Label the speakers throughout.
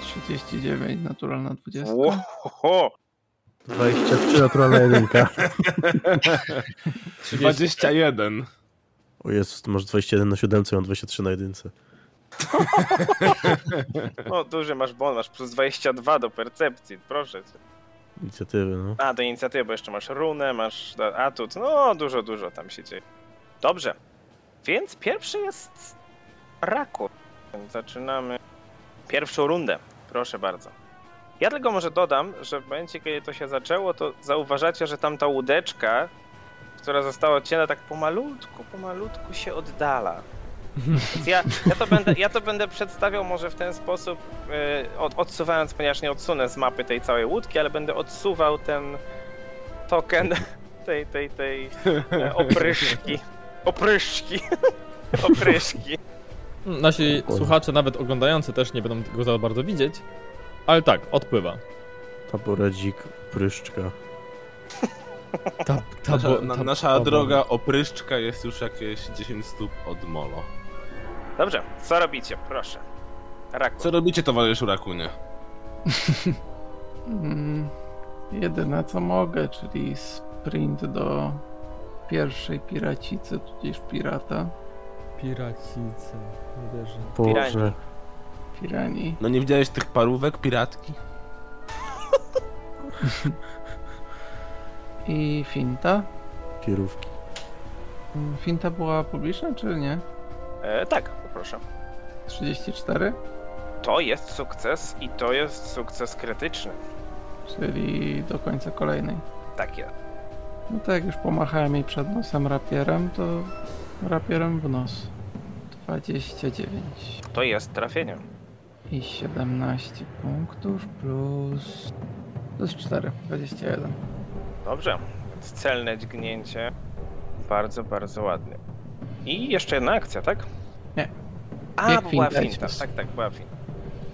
Speaker 1: 39, naturalna 20.
Speaker 2: Ohoho!
Speaker 3: 23 naturalna jedynka.
Speaker 4: 21.
Speaker 3: O Jezus, to masz 21 na 7, ja mam 23 na jedynce.
Speaker 2: O, No, duży masz bon, masz plus 22 do percepcji, proszę cię.
Speaker 3: Inicjatywy, no.
Speaker 2: A, do inicjatywy, bo jeszcze masz runę, masz da- atut, no dużo, dużo tam się dzieje. Dobrze, więc pierwszy jest Raku. Więc Zaczynamy pierwszą rundę, proszę bardzo. Ja tylko może dodam, że w momencie, kiedy to się zaczęło, to zauważacie, że tam ta łódeczka, która została odcięta tak pomalutku, pomalutku się oddala. Więc ja, ja, to będę, ja to będę przedstawiał może w ten sposób, yy, od, odsuwając, ponieważ nie odsunę z mapy tej całej łódki, ale będę odsuwał ten token tej, tej, tej e, opryszki. Opryszki. Opryszki.
Speaker 5: Nasi słuchacze, nawet oglądający, też nie będą go za bardzo widzieć. Ale tak, odpływa.
Speaker 3: Taboradzik, pryszczka.
Speaker 5: Ta,
Speaker 4: Nasza, na, nasza droga opryszczka jest już jakieś 10 stóp od molo.
Speaker 2: Dobrze, co robicie? Proszę. Raku.
Speaker 4: Co robicie, towarzyszu Rakunie?
Speaker 1: Mm, jedyne co mogę, czyli sprint do pierwszej piracicy, tudzież pirata,
Speaker 5: Piracice. Uderzę.
Speaker 3: Boże.
Speaker 2: Pirani.
Speaker 1: pirani.
Speaker 4: No nie widziałeś tych parówek, piratki?
Speaker 1: I finta.
Speaker 3: Kierówki.
Speaker 1: Mm, Finta była publiczna czy nie?
Speaker 2: E, tak, proszę.
Speaker 1: 34,
Speaker 2: To jest sukces i to jest sukces krytyczny.
Speaker 1: czyli do końca kolejnej.
Speaker 2: Tak jest.
Speaker 1: No tak, jak już pomachałem jej przed nosem rapierem, to rapierem w nos. 29
Speaker 2: To jest trafienie.
Speaker 1: i 17 punktów plus... plus 4, 21.
Speaker 2: Dobrze, więc celne dźgnięcie. Bardzo, bardzo ładnie. I jeszcze jedna akcja, tak?
Speaker 1: Nie.
Speaker 2: A,
Speaker 1: Jak
Speaker 2: była
Speaker 1: finta
Speaker 2: finta.
Speaker 1: cios.
Speaker 2: Tak, tak, była finta.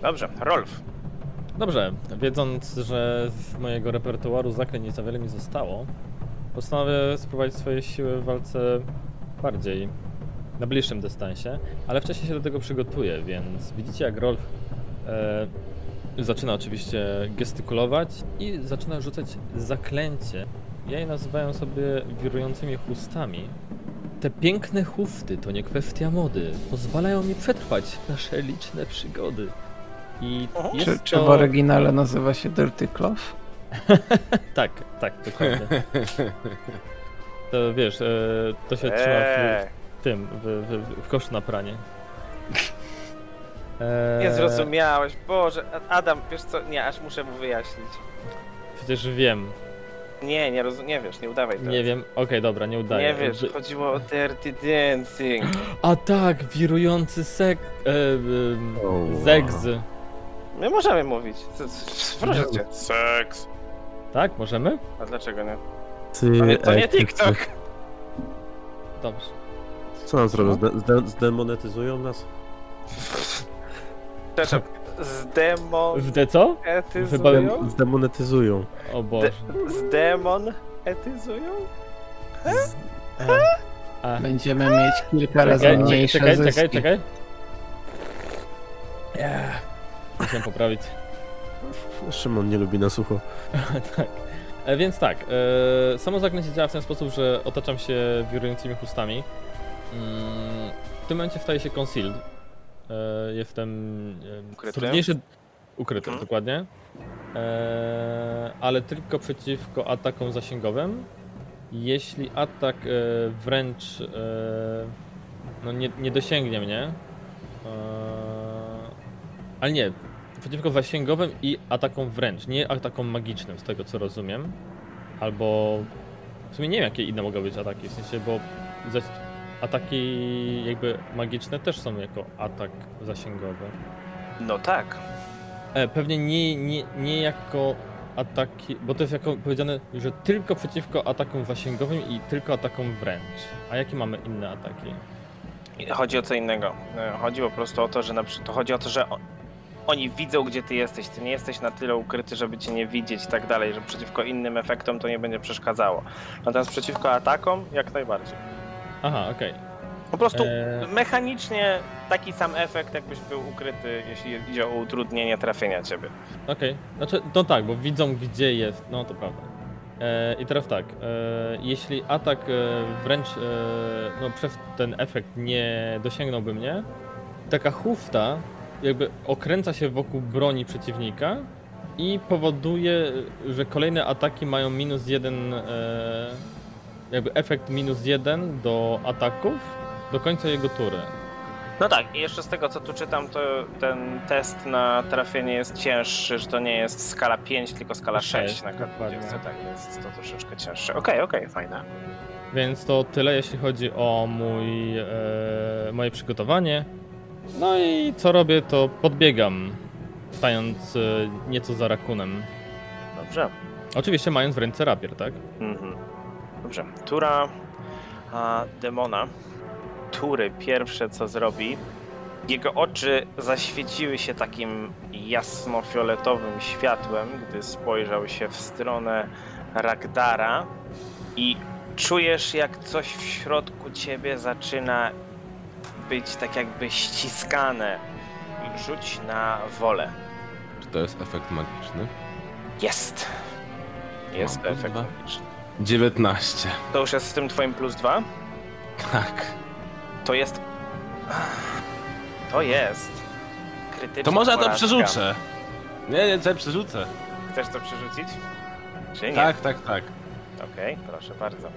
Speaker 2: Dobrze, Rolf.
Speaker 5: Dobrze, wiedząc, że z mojego repertuaru zaklęć nie za wiele mi zostało, postanowię spróbować swoje siły w walce bardziej na bliższym dystansie, ale wcześniej się do tego przygotuję, więc widzicie jak Rolf e, zaczyna oczywiście gestykulować i zaczyna rzucać zaklęcie. Ja je nazywałem sobie wirującymi chustami. Te piękne chusty to nie kwestia mody, pozwalają mi przetrwać nasze liczne przygody. I
Speaker 2: Oho.
Speaker 5: jest
Speaker 1: Czy, czy
Speaker 5: to...
Speaker 1: w oryginale nazywa się Dirty Cloth?
Speaker 5: Tak, tak, dokładnie. To wiesz, e, to się trzyma w,
Speaker 2: Eee,
Speaker 5: w tym, w, w, w koszu na pranie. Eee,
Speaker 2: nie zrozumiałeś. Boże, A- Adam, wiesz co? Nie, aż muszę mu wyjaśnić.
Speaker 5: Przecież wiem,
Speaker 2: Nie, nie rozumiem, nie wiesz, nie udawaj tego.
Speaker 5: nie wiem, okej, dobra, nie udaję.
Speaker 2: Nie wiesz, chodziło o Dirty Dancing.
Speaker 5: A tak, wirujący sek... E, e, zegzy.
Speaker 2: My możemy mówić. Co- co- Proszę cię. Seks.
Speaker 5: Tak, możemy?
Speaker 2: A dlaczego nie?
Speaker 3: Ty,
Speaker 2: To nie, to nie
Speaker 3: ek, ty,
Speaker 2: TikTok.
Speaker 5: Dobrze.
Speaker 3: ty. Co nam zrobią? Zde- zde- zdemonetyzują nas?
Speaker 2: Przepraszam. Zdemon...
Speaker 5: Zde co?
Speaker 2: Etyzują?
Speaker 3: Zdemonetyzują.
Speaker 5: O Boże.
Speaker 2: Zdemon... Etyzują?
Speaker 5: A.
Speaker 1: Będziemy mieć kilka razy
Speaker 5: Czekaj, czekaj,
Speaker 1: mniejsze
Speaker 5: czekaj,
Speaker 1: zyski.
Speaker 5: czekaj, czekaj. Eee, Musiałem poprawić.
Speaker 3: Szymon nie lubi na sucho.
Speaker 5: tak. E, Więc tak, e, samo zaklęcie działa w ten sposób, że otaczam się wirującymi chustami. Mm, w tym momencie wstaje się concealed. E, jestem e,
Speaker 2: Ukryty?
Speaker 5: trudniejszy... Ukryty,
Speaker 2: Mhm.
Speaker 5: dokładnie. E, ale tylko przeciwko atakom zasięgowym. Jeśli atak e, wręcz e, no nie, nie dosięgnie mnie, e, ale nie, przeciwko zasięgowym i atakom wręcz, nie atakom magicznym, z tego co rozumiem. Albo w sumie nie wiem, jakie inne mogą być ataki, w sensie, bo za- ataki jakby magiczne też są jako atak zasięgowy.
Speaker 2: No tak.
Speaker 5: E, pewnie nie, nie, nie jako ataki, bo to jest jako powiedziane, że tylko przeciwko atakom zasięgowym i tylko atakom wręcz. A jakie mamy inne ataki?
Speaker 2: I Chodzi o co innego. E, Chodzi po prostu o to, że na przykład... to Chodzi o to, że o- oni widzą, gdzie ty jesteś. Ty nie jesteś na tyle ukryty, żeby cię nie widzieć i tak dalej, że przeciwko innym efektom to nie będzie przeszkadzało. Natomiast przeciwko atakom jak najbardziej.
Speaker 5: Aha, okej.
Speaker 2: Po prostu
Speaker 5: Eee.
Speaker 2: mechanicznie taki sam efekt, jakbyś był ukryty, jeśli idzie o utrudnienie trafienia ciebie.
Speaker 5: Okej, znaczy, no tak, bo widzą gdzie jest, no to prawda. E, I teraz tak, e, jeśli atak e, wręcz e, no, przez ten efekt nie dosięgnąłby mnie, taka hufta jakby okręca się wokół broni przeciwnika i powoduje, że kolejne ataki mają minus jeden, e, jakby efekt minus jeden do ataków do końca jego tury.
Speaker 2: No tak, i jeszcze z tego co tu czytam, to ten test na trafienie jest cięższy, że to nie jest skala 5, tylko skala
Speaker 5: Sześć,
Speaker 2: 6 na
Speaker 5: dokładnie.
Speaker 2: K20, tak jest to troszeczkę cięższe. Okej, okej, fajne.
Speaker 5: Więc to tyle, jeśli chodzi o mój, e, moje przygotowanie. No i co robię, to podbiegam, stając e, nieco za rakunem.
Speaker 2: Dobrze.
Speaker 5: Oczywiście mając w ręce rapier, tak?
Speaker 2: Mhm. Dobrze. Tura a, demona. Tury pierwsze co zrobi. Jego oczy zaświeciły się takim jasnofioletowym światłem, gdy spojrzał się w stronę Ragdara i czujesz jak coś w środku ciebie zaczyna być tak jakby ściskane. Rzuć na wolę.
Speaker 4: Czy to jest efekt magiczny?
Speaker 2: Jest. Jest
Speaker 4: Mam plus
Speaker 2: efekt.
Speaker 4: dwa.
Speaker 2: magiczny.
Speaker 4: 19.
Speaker 2: To już jest z tym twoim plus dwa?
Speaker 4: Tak.
Speaker 2: To jest. To jest. Krytyczna
Speaker 4: To może ja to
Speaker 2: porażka.
Speaker 4: przerzucę. Nie, nie, to przerzucę.
Speaker 2: Chcesz to przerzucić? Czy nie?
Speaker 4: Tak, tak, tak.
Speaker 2: Okej, proszę bardzo.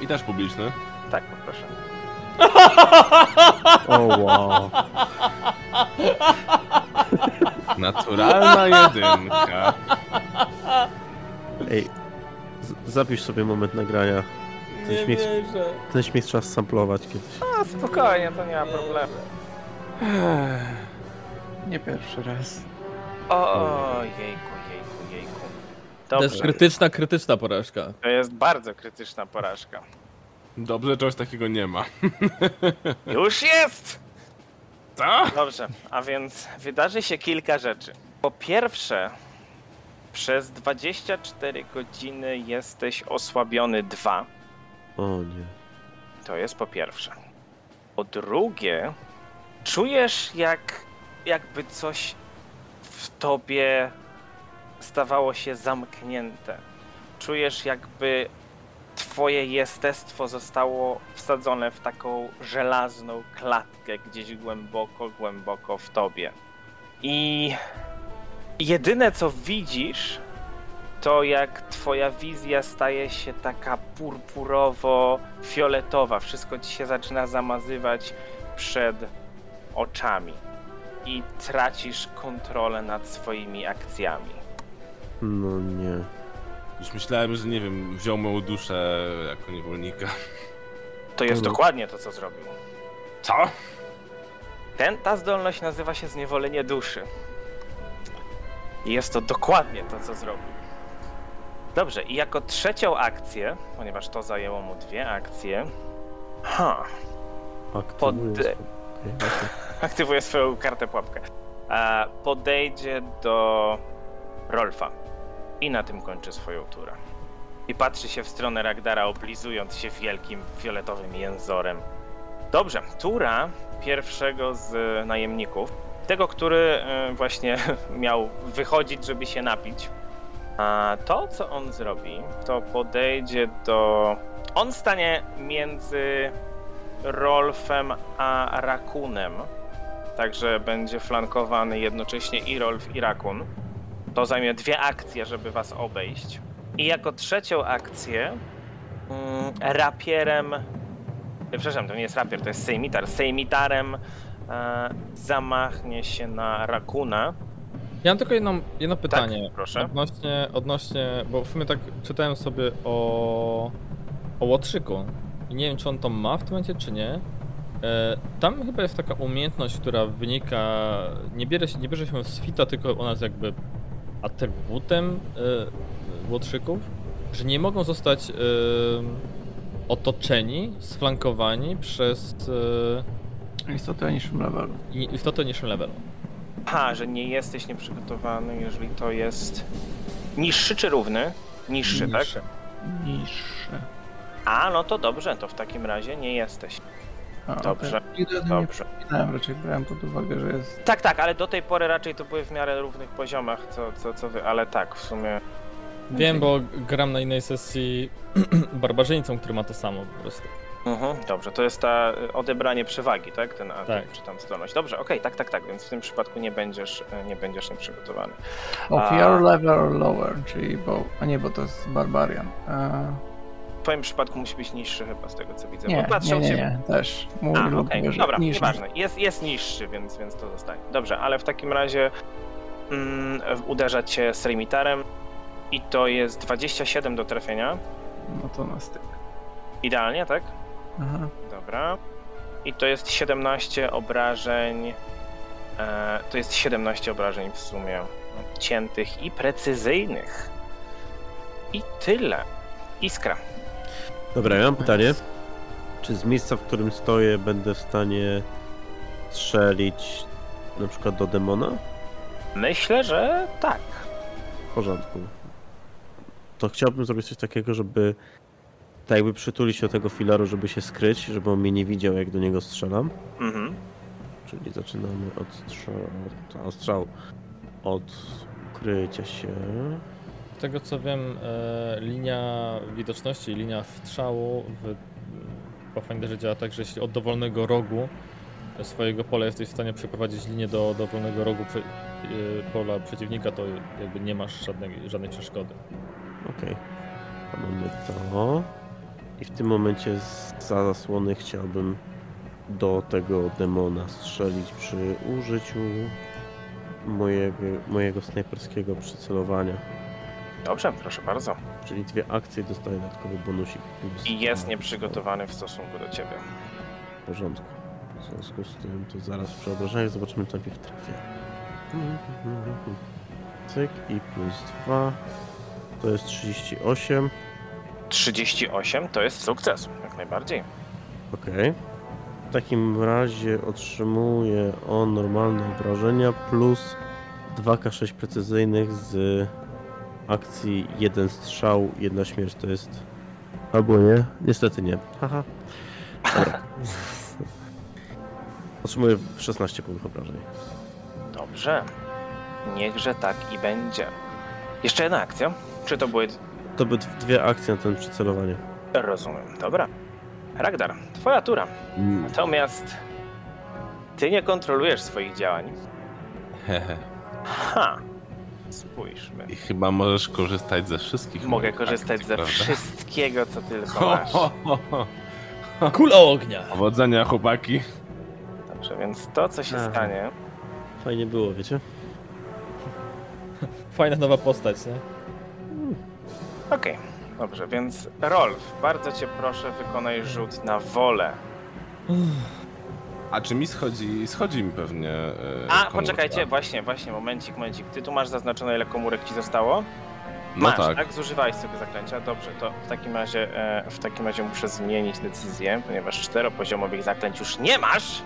Speaker 4: I też publiczny.
Speaker 2: Tak, poproszę.
Speaker 3: O wow.
Speaker 4: Naturalna jedynka.
Speaker 3: Ej, z- zapisz sobie moment nagrania. Ten śmiech,
Speaker 5: wierzę.
Speaker 3: ten śmiech trzeba samplować kiedyś.
Speaker 2: No spokojnie, to nie ma problemu.
Speaker 1: Nie pierwszy raz.
Speaker 2: O, jejku, jejku, jejku.
Speaker 5: To jest
Speaker 2: Dobrze,
Speaker 5: krytyczna, krytyczna porażka.
Speaker 2: to jest bardzo krytyczna porażka.
Speaker 4: Dobrze, czegoś takiego nie ma.
Speaker 2: Już jest!
Speaker 4: Co?
Speaker 2: Dobrze, a więc wydarzy się kilka rzeczy. Po pierwsze, przez 24 godziny jesteś osłabiony 2.
Speaker 3: O nie.
Speaker 2: To jest po pierwsze. Po drugie, czujesz jak jakby coś w tobie stawało się zamknięte. Czujesz jakby twoje jestestwo zostało wsadzone w taką żelazną klatkę gdzieś głęboko, głęboko w tobie. I jedyne co widzisz to jak twoja wizja staje się taka purpurowo-fioletowa. Wszystko ci się zaczyna zamazywać przed oczami i tracisz kontrolę nad swoimi akcjami.
Speaker 3: No nie.
Speaker 4: Już myślałem, że nie wiem, wziął moją duszę jako niewolnika.
Speaker 2: To jest
Speaker 3: Mhm.
Speaker 2: dokładnie to, co zrobił.
Speaker 4: Co?
Speaker 2: Ten, ta zdolność nazywa się zniewolenie duszy. I jest to dokładnie to, co zrobił. Dobrze, i jako trzecią akcję, ponieważ to zajęło mu dwie akcje. Ha.
Speaker 3: Aktywuję
Speaker 2: Pod-
Speaker 3: swój- Okej.
Speaker 2: aktywuje swoją kartę pułapkę. E, podejdzie do Rolfa i na tym kończy swoją turę. I patrzy się w stronę Ragdara, oblizując się wielkim fioletowym jęzorem. Dobrze, tura pierwszego z najemników, tego, który e, właśnie miał wychodzić, żeby się napić. A to, co on zrobi, to podejdzie do. On stanie między Rolfem a Rakunem. Także będzie flankowany jednocześnie i Rolf, i Rakun. To zajmie dwie akcje, żeby was obejść. I jako trzecią akcję mm, rapierem. e, Przepraszam, to nie jest rapier, to jest sejmitar. Sejmitarem e, zamachnie się na Rakuna.
Speaker 5: Ja mam tylko jedno, jedno pytanie.
Speaker 2: Tak, proszę.
Speaker 5: Odnośnie, odnośnie, bo w sumie tak czytałem sobie o, o Łotrzyku i nie wiem, czy on to ma w tym momencie, czy nie. E, tam chyba jest taka umiejętność, która wynika, nie, bierze się, nie bierze się z fita, tylko ona jest jakby atrybutem e, Łotrzyków, że nie mogą zostać e, otoczeni, sflankowani przez
Speaker 1: Istoty o niższym levelu.
Speaker 5: e, i- istotę niższym levelu.
Speaker 2: Aha, że nie jesteś nieprzygotowany, jeżeli to jest niższy czy równy? Niższy, tak?
Speaker 1: Niższe.
Speaker 2: A, no to dobrze, to w takim razie nie jesteś.
Speaker 1: A,
Speaker 2: Dobrze,
Speaker 1: okej. Nigdy o tym nie
Speaker 2: Dobrze.
Speaker 1: przypominałem, raczej brałem pod uwagę, że jest
Speaker 2: Tak, tak, ale do tej pory raczej to były w miarę równych poziomach, co, co, co wy, ale tak, w sumie.
Speaker 5: Wiem, bo gram na innej sesji barbarzyńcą, który ma to samo po prostu.
Speaker 2: Mhm, dobrze, to jest ta y, odebranie przewagi, tak? Ten atak,
Speaker 5: Tak.
Speaker 2: czy tam zdolność. Dobrze, okej, tak, tak, tak, więc w tym przypadku nie będziesz, y, nie będziesz nieprzygotowany.
Speaker 1: of
Speaker 2: A-
Speaker 1: your level or lower, czyli bo... A nie, bo to jest Barbarian. E,
Speaker 2: W twoim przypadku musi być niższy chyba z tego co widzę.
Speaker 1: nie,
Speaker 2: bo patrzę
Speaker 1: nie, nie,
Speaker 2: się-
Speaker 1: nie, też. Mój
Speaker 2: A,
Speaker 1: lub
Speaker 2: okej, no
Speaker 1: wyżej.
Speaker 2: dobra,
Speaker 1: Niższy.
Speaker 2: nieważne. Jest, jest niższy, więc, więc to zostaje. Dobrze, ale w takim razie mm, uderza cię z remitarem i to jest 27 do trafienia.
Speaker 1: No to na styk.
Speaker 2: Idealnie, tak?
Speaker 1: Aha.
Speaker 2: Dobra. I to jest 17 obrażeń. E, to jest 17 obrażeń w sumie. Ciętych i precyzyjnych. I tyle. Iskra.
Speaker 3: Dobra, ja mam pytanie. Czy z miejsca, w którym stoję, będę w stanie strzelić na przykład do demona?
Speaker 2: Myślę, że tak.
Speaker 3: W porządku. To chciałbym zrobić coś takiego, żeby tak jakby przytulić się do tego filaru, żeby się skryć, żeby on mnie nie widział, jak do niego strzelam.
Speaker 2: Mhm.
Speaker 3: Czyli zaczynamy od strzału. Od, od strzału. Od ukrycia się.
Speaker 5: Z tego co wiem, e, linia widoczności i linia wstrzału w Pathfinderze działa tak, że jeśli od dowolnego rogu e, swojego pola jesteś w stanie przeprowadzić linię do dowolnego rogu prze, e, pola przeciwnika, to jakby nie masz żadnej, żadnej przeszkody.
Speaker 3: Okej. To Mamy to. I w tym momencie z- za zasłony chciałbym do tego demona strzelić przy użyciu mojego, mojego snajperskiego przycelowania.
Speaker 2: Dobrze, proszę bardzo.
Speaker 3: Czyli dwie akcje i dostaję dodatkowy bonusik. Plus
Speaker 2: I jest
Speaker 3: dwa.
Speaker 2: nieprzygotowany w stosunku do ciebie.
Speaker 3: W porządku. W związku z tym to zaraz przy obrażeniach zobaczymy, co najpierw trafia. Cyk i plus dwa. To jest 38.
Speaker 2: 38 to jest sukces, jak najbardziej.
Speaker 3: Okej. W takim razie otrzymuje on normalne obrażenia plus 2k6 precyzyjnych z akcji jeden strzał, jedna śmierć to jest. Albo nie? Niestety nie. Haha. Dobra. Otrzymuje 16 punktów obrażeń.
Speaker 2: Dobrze. Niechże tak i będzie. Jeszcze jedna akcja. Czy to były.
Speaker 3: To by dw- dwie akcje na ten przycelowanie.
Speaker 2: Rozumiem, dobra. Ragdar, twoja tura. Natomiast ty nie kontrolujesz swoich działań.
Speaker 4: Hehe.
Speaker 2: Ha! Spójrzmy.
Speaker 4: I chyba możesz korzystać ze wszystkich.
Speaker 2: Mogę
Speaker 4: moich
Speaker 2: korzystać
Speaker 4: akcji,
Speaker 2: ze
Speaker 4: Tak, prawda?
Speaker 2: wszystkiego, co tylko
Speaker 4: Ho,
Speaker 2: masz.
Speaker 4: ho, ho, ho.
Speaker 5: Kula ognia!
Speaker 4: Powodzenia, chłopaki.
Speaker 2: Dobrze, więc to, co się
Speaker 3: Aha.
Speaker 2: stanie,
Speaker 3: Fajnie było, wiecie?
Speaker 5: Fajna nowa postać, nie?
Speaker 2: Okej, dobrze, więc Rolf, bardzo cię proszę, wykonaj rzut na wolę.
Speaker 4: A czy mi schodzi? Schodzi mi pewnie. e,
Speaker 2: A,
Speaker 4: komórka.
Speaker 2: poczekajcie, właśnie, właśnie, momencik, momencik. Ty tu masz zaznaczone, ile komórek ci zostało?
Speaker 4: No
Speaker 2: masz,
Speaker 4: tak.
Speaker 2: Zużywałeś sobie zaklęcia? Dobrze, to w takim razie, e, w takim razie muszę zmienić decyzję, ponieważ czteropoziomowych zaklęć już nie masz!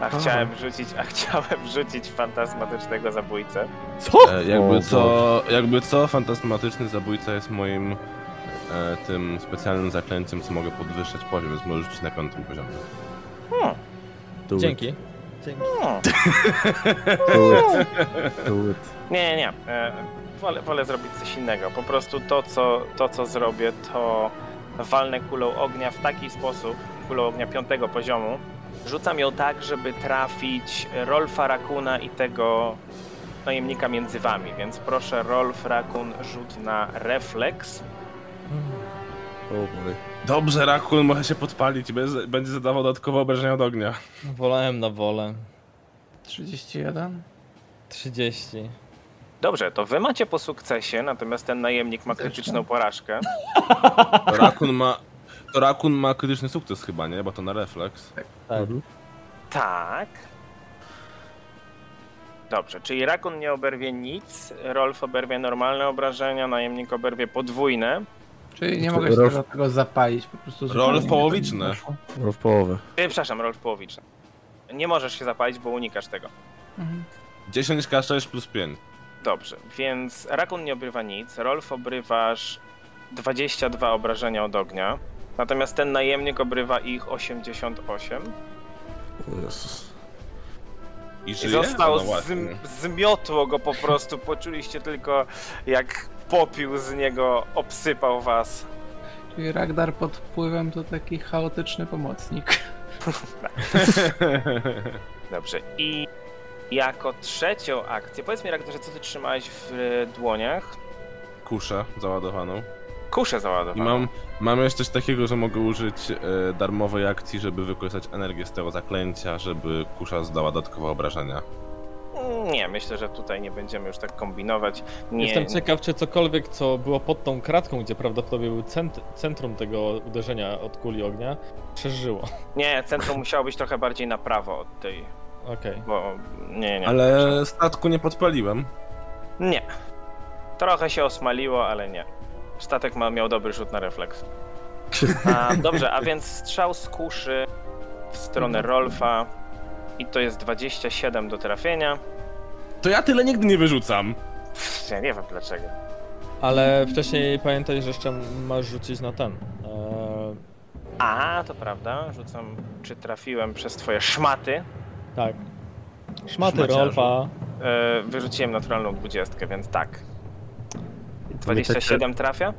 Speaker 2: A chciałem rzucić, a chciałem rzucić fantasmatycznego zabójcę.
Speaker 5: Co?
Speaker 4: E,
Speaker 3: O
Speaker 4: jakby co, jakby co, fantastyczny zabójca jest moim e, tym specjalnym zaklęciem, co mogę podwyższać poziom, więc możesz rzucić na piątym poziomie.
Speaker 2: Hmm,
Speaker 3: Do it,
Speaker 5: Dzięki. Dzięki.
Speaker 2: hmm.
Speaker 3: do it, do it.
Speaker 2: Nie, nie, nie. E, wolę, wolę zrobić coś innego. Po prostu to co, to, co zrobię, to walnę kulą ognia w taki sposób, kulą ognia piątego poziomu. Rzucam ją tak, żeby trafić Rolfa Rakuna i tego najemnika między wami, więc proszę Rolf Rakun rzut na refleks.
Speaker 3: O boy.
Speaker 4: Dobrze, Rakun, może się podpalić, bez- będzie zadawał dodatkowe obrażenia od ognia.
Speaker 5: Wolałem na wolę.
Speaker 1: 31?
Speaker 5: 30.
Speaker 2: Dobrze, to wy macie po sukcesie, natomiast ten najemnik ma krytyczną porażkę.
Speaker 4: To Rakun ma, to Rakun ma krytyczny sukces chyba, nie? Bo to na refleks.
Speaker 5: Tak.
Speaker 3: Mhm.
Speaker 2: Tak. Dobrze, czyli Rakun nie oberwie nic, Rolf oberwie normalne obrażenia, najemnik oberwie podwójne.
Speaker 1: Czyli nie
Speaker 3: Czy
Speaker 1: mogę się
Speaker 3: Rolf-
Speaker 1: do tego zapalić, po prostu...
Speaker 4: Rolf
Speaker 1: zupełnie nie
Speaker 4: połowiczny.
Speaker 1: tak weszło.
Speaker 3: No w połowę.
Speaker 2: E, przepraszam, Rolf połowiczny. Nie możesz się zapalić, bo unikasz tego.
Speaker 1: Mhm.
Speaker 4: 10k6 plus 5.
Speaker 2: Dobrze, więc Rakun nie obrywa nic, Rolf obrywasz 22 obrażenia od ognia. Natomiast ten najemnik obrywa ich 88
Speaker 6: Jezus.
Speaker 4: I
Speaker 2: i
Speaker 4: żyje?
Speaker 2: został,
Speaker 4: no właśnie.
Speaker 2: zm- zmiotło go po prostu, poczuliście tylko jak popiół z niego obsypał was.
Speaker 1: Czyli Ragnar pod wpływem to taki chaotyczny pomocnik.
Speaker 2: Dobrze, i jako trzecią akcję, powiedz mi Ragnarze, co ty trzymałeś w e, dłoniach?
Speaker 4: Kuszę załadowaną.
Speaker 2: Kuszę
Speaker 4: I
Speaker 2: załadowaną.
Speaker 4: mam, mam jeszcze coś takiego, że mogę użyć e, darmowej akcji, żeby wykorzystać energię z tego zaklęcia, żeby kusza zdała dodatkowe obrażenia.
Speaker 2: Nie, myślę, że tutaj nie będziemy już tak kombinować. Nie, no.
Speaker 5: Jestem ciekaw, czy cokolwiek, co było pod tą kratką, gdzie prawdopodobnie był cent- centrum tego uderzenia od kuli ognia, przeżyło.
Speaker 2: nie, centrum musiało być trochę bardziej na prawo od tej,
Speaker 5: Okej.
Speaker 2: bo nie, nie.
Speaker 4: Ale statku nie podpaliłem.
Speaker 2: Nie. Trochę się osmaliło, ale nie. Statek ma, miał dobry rzut na refleks. A, dobrze, a więc strzał z kuszy w stronę Rolfa i to jest 27 do trafienia.
Speaker 4: To ja tyle nigdy nie wyrzucam.
Speaker 2: Pff, ja nie wiem dlaczego.
Speaker 5: Ale wcześniej pamiętaj, że jeszcze masz rzucić na ten. Eee,
Speaker 2: A, to prawda, rzucam, czy trafiłem przez twoje szmaty.
Speaker 5: tak. Szmaty
Speaker 4: Szmaciarzu.
Speaker 5: Rolfa.
Speaker 2: E, wyrzuciłem naturalną 20, więc tak.
Speaker 3: Pamiętajcie-
Speaker 2: 27 trafia?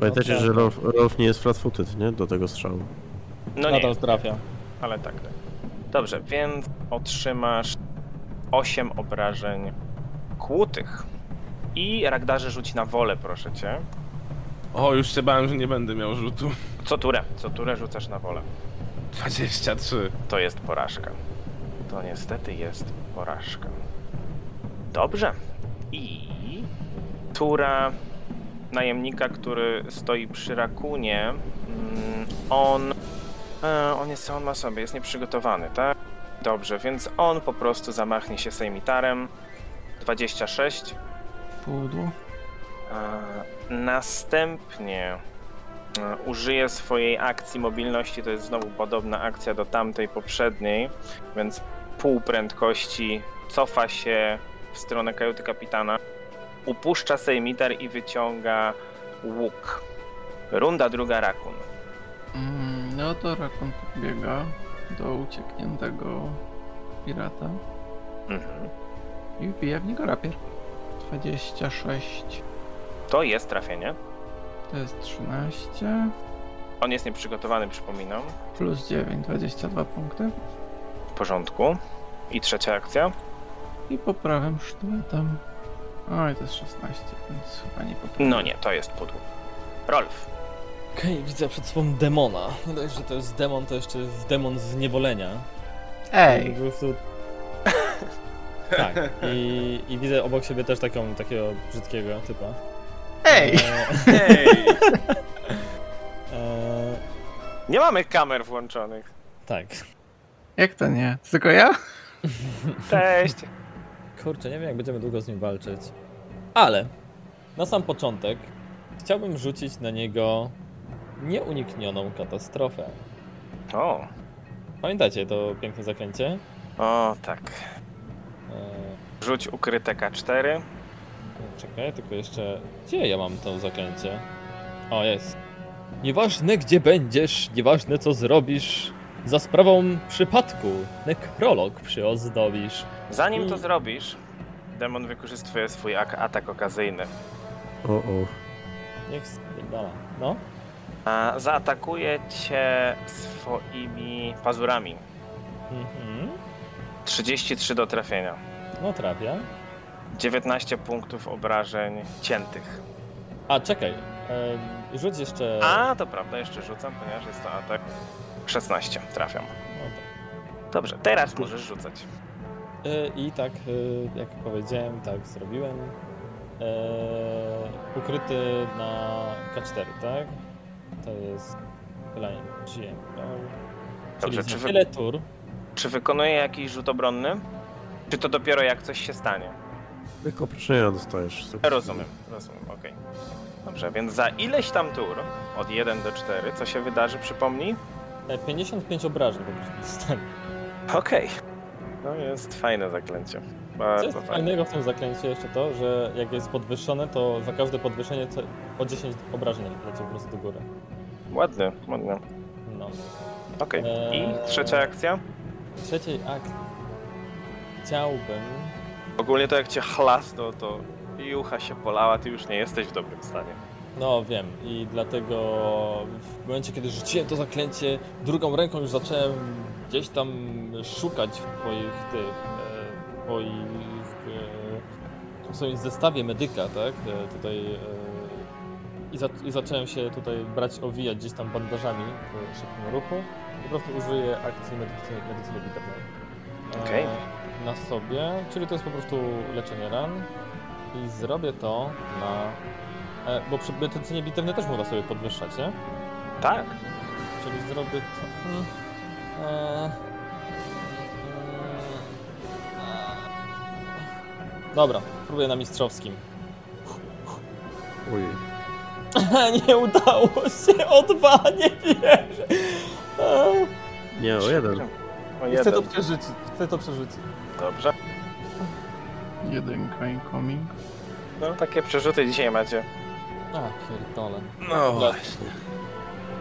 Speaker 3: Pamiętajcie,
Speaker 5: No tak.
Speaker 3: że Rolf, Rolf nie jest flat-footed, nie? Do tego strzału.
Speaker 2: No nie,
Speaker 5: Nadal trafia.
Speaker 2: ale tak. tak. Dobrze, więc otrzymasz 8 obrażeń kłutych. I Ragdarze rzuć na wolę, proszę cię.
Speaker 4: O, już się bałem, że nie będę miał rzutu.
Speaker 2: Co turę, co turę rzucasz na wolę.
Speaker 4: 23.
Speaker 2: To jest porażka. To niestety jest porażka. Dobrze. I tura najemnika, który stoi przy rakunie. mm, On. e, On jest, co on ma sobie, jest nieprzygotowany, tak? Dobrze, więc on po prostu zamachnie się sejmitarem. 26.
Speaker 1: Pudło.
Speaker 2: E, Następnie e, użyję swojej akcji mobilności, to jest znowu podobna akcja do tamtej poprzedniej, więc pół prędkości cofa się w stronę kajuty kapitana, upuszcza sejmitar i wyciąga łuk. Runda druga rakun.
Speaker 1: Mm, No to Rakon podbiega do uciekniętego pirata
Speaker 2: Mhm.
Speaker 1: i wbija w niego rapier. 26
Speaker 2: To jest trafienie.
Speaker 1: to jest 13
Speaker 2: On jest nieprzygotowany, przypominam.
Speaker 1: plus 9, 22 punkty
Speaker 2: W porządku. I trzecia akcja.
Speaker 1: i poprawem sztyletem. Oj, to jest 16, więc chyba nie poprawię.
Speaker 2: No nie, to jest pudło. Rolf.
Speaker 5: Okej, widzę przed sobą demona. No dość, że to jest demon, to jeszcze jest demon z niewolenia. Po prostu... Tak. I, I widzę obok siebie też taką, takiego brzydkiego typa.
Speaker 1: Ej!
Speaker 5: Eee,
Speaker 2: Hej!
Speaker 5: eee,
Speaker 2: Nie mamy kamer włączonych.
Speaker 5: tak.
Speaker 1: Jak to nie? Tylko ja?
Speaker 2: Cześć!
Speaker 5: Kurczę, nie wiem jak będziemy długo z nim walczyć. Ale na sam początek chciałbym rzucić na niego nieuniknioną katastrofę.
Speaker 2: O,
Speaker 5: Pamiętacie to piękne zaklęcie?
Speaker 2: o tak.
Speaker 5: Eee,
Speaker 2: Rzuć ukryte K4.
Speaker 5: Czekaj, tylko jeszcze. Gdzie ja mam to zaklęcie? O, jest. Nieważne gdzie będziesz, nieważne co zrobisz, za sprawą przypadku nekrolog przyozdobisz.
Speaker 2: Zanim to
Speaker 5: I-
Speaker 2: zrobisz, demon wykorzystuje swój ak- atak okazyjny.
Speaker 3: O, o.
Speaker 5: Niech spierdala. No?
Speaker 2: A zaatakuje cię swoimi pazurami.
Speaker 5: Mhm.
Speaker 2: 33 do trafienia.
Speaker 5: No trafia.
Speaker 2: 19 punktów obrażeń ciętych.
Speaker 5: A, czekaj. em, Rzuć jeszcze.
Speaker 2: A, to prawda, jeszcze rzucam, ponieważ jest to atak. 16, trafiam.
Speaker 5: No tak.
Speaker 2: Dobrze, teraz możesz rzucać.
Speaker 5: E, I tak, e, jak powiedziałem, tak zrobiłem. E, Ukryty na K4, tak? To jest. Line GM.
Speaker 2: Dobrze,
Speaker 5: Czyli
Speaker 2: czy,
Speaker 5: za
Speaker 2: wy-
Speaker 5: tyle tur.
Speaker 2: czy wykonuje jakiś rzut obronny? Czy to dopiero jak coś się stanie?
Speaker 3: Tylko oproszenia dostajesz.
Speaker 2: Rozumiem, rozumiem, okej. Dobrze, więc za ileś tam tur, od 1 do 4, co się wydarzy, przypomnij?
Speaker 5: E, 55 obrażeń po prostu tak. dostanie.
Speaker 2: Okej. No jest fajne zaklęcie.
Speaker 5: Co
Speaker 2: Bardzo
Speaker 5: jest
Speaker 2: fajne.
Speaker 5: fajnego w tym zaklęciu jeszcze to, że jak jest podwyższone, to za każde podwyższenie co- o 10 obrażeń leci po prostu do góry.
Speaker 2: Ładny, ładny.
Speaker 5: No.
Speaker 2: Okej.
Speaker 5: Eee.
Speaker 2: I trzecia akcja?
Speaker 5: W trzeciej akcji chciałbym...
Speaker 2: Ogólnie to jak cię chlasnął, to jucha się polała, ty już nie jesteś w dobrym stanie.
Speaker 5: No wiem i dlatego w momencie kiedy rzuciłem to zaklęcie, drugą ręką już zacząłem gdzieś tam szukać w twoich tych... E, twoich... E, w swoim zestawie medyka, tak? E, tutaj... E, i, za, I zacząłem się tutaj brać, owijać gdzieś tam bandażami w szybkim ruchu. Po prostu użyję akcji medycyny, medycyny militarnej. E,
Speaker 2: Okej.
Speaker 5: Na sobie, czyli to jest po prostu leczenie ran. I zrobię to na. E, bo przy medycynie bitewnej też można sobie podwyższać, nie?
Speaker 2: Tak.
Speaker 5: Czyli zrobię to. Hmm. E, mm, e. Dobra, próbuję na mistrzowskim.
Speaker 3: Ojej.
Speaker 5: nie udało się, o dwa, nie wierzę. E,
Speaker 3: Nie, o jeden.
Speaker 2: O
Speaker 5: Chcę to
Speaker 2: jeden.
Speaker 5: przerzucić, chcę to przerzucić.
Speaker 2: Dobrze.
Speaker 1: Jedynka incoming.
Speaker 2: No takie przerzuty dzisiaj macie.
Speaker 5: A, pierdolę.
Speaker 4: No
Speaker 5: Dobra.
Speaker 4: właśnie.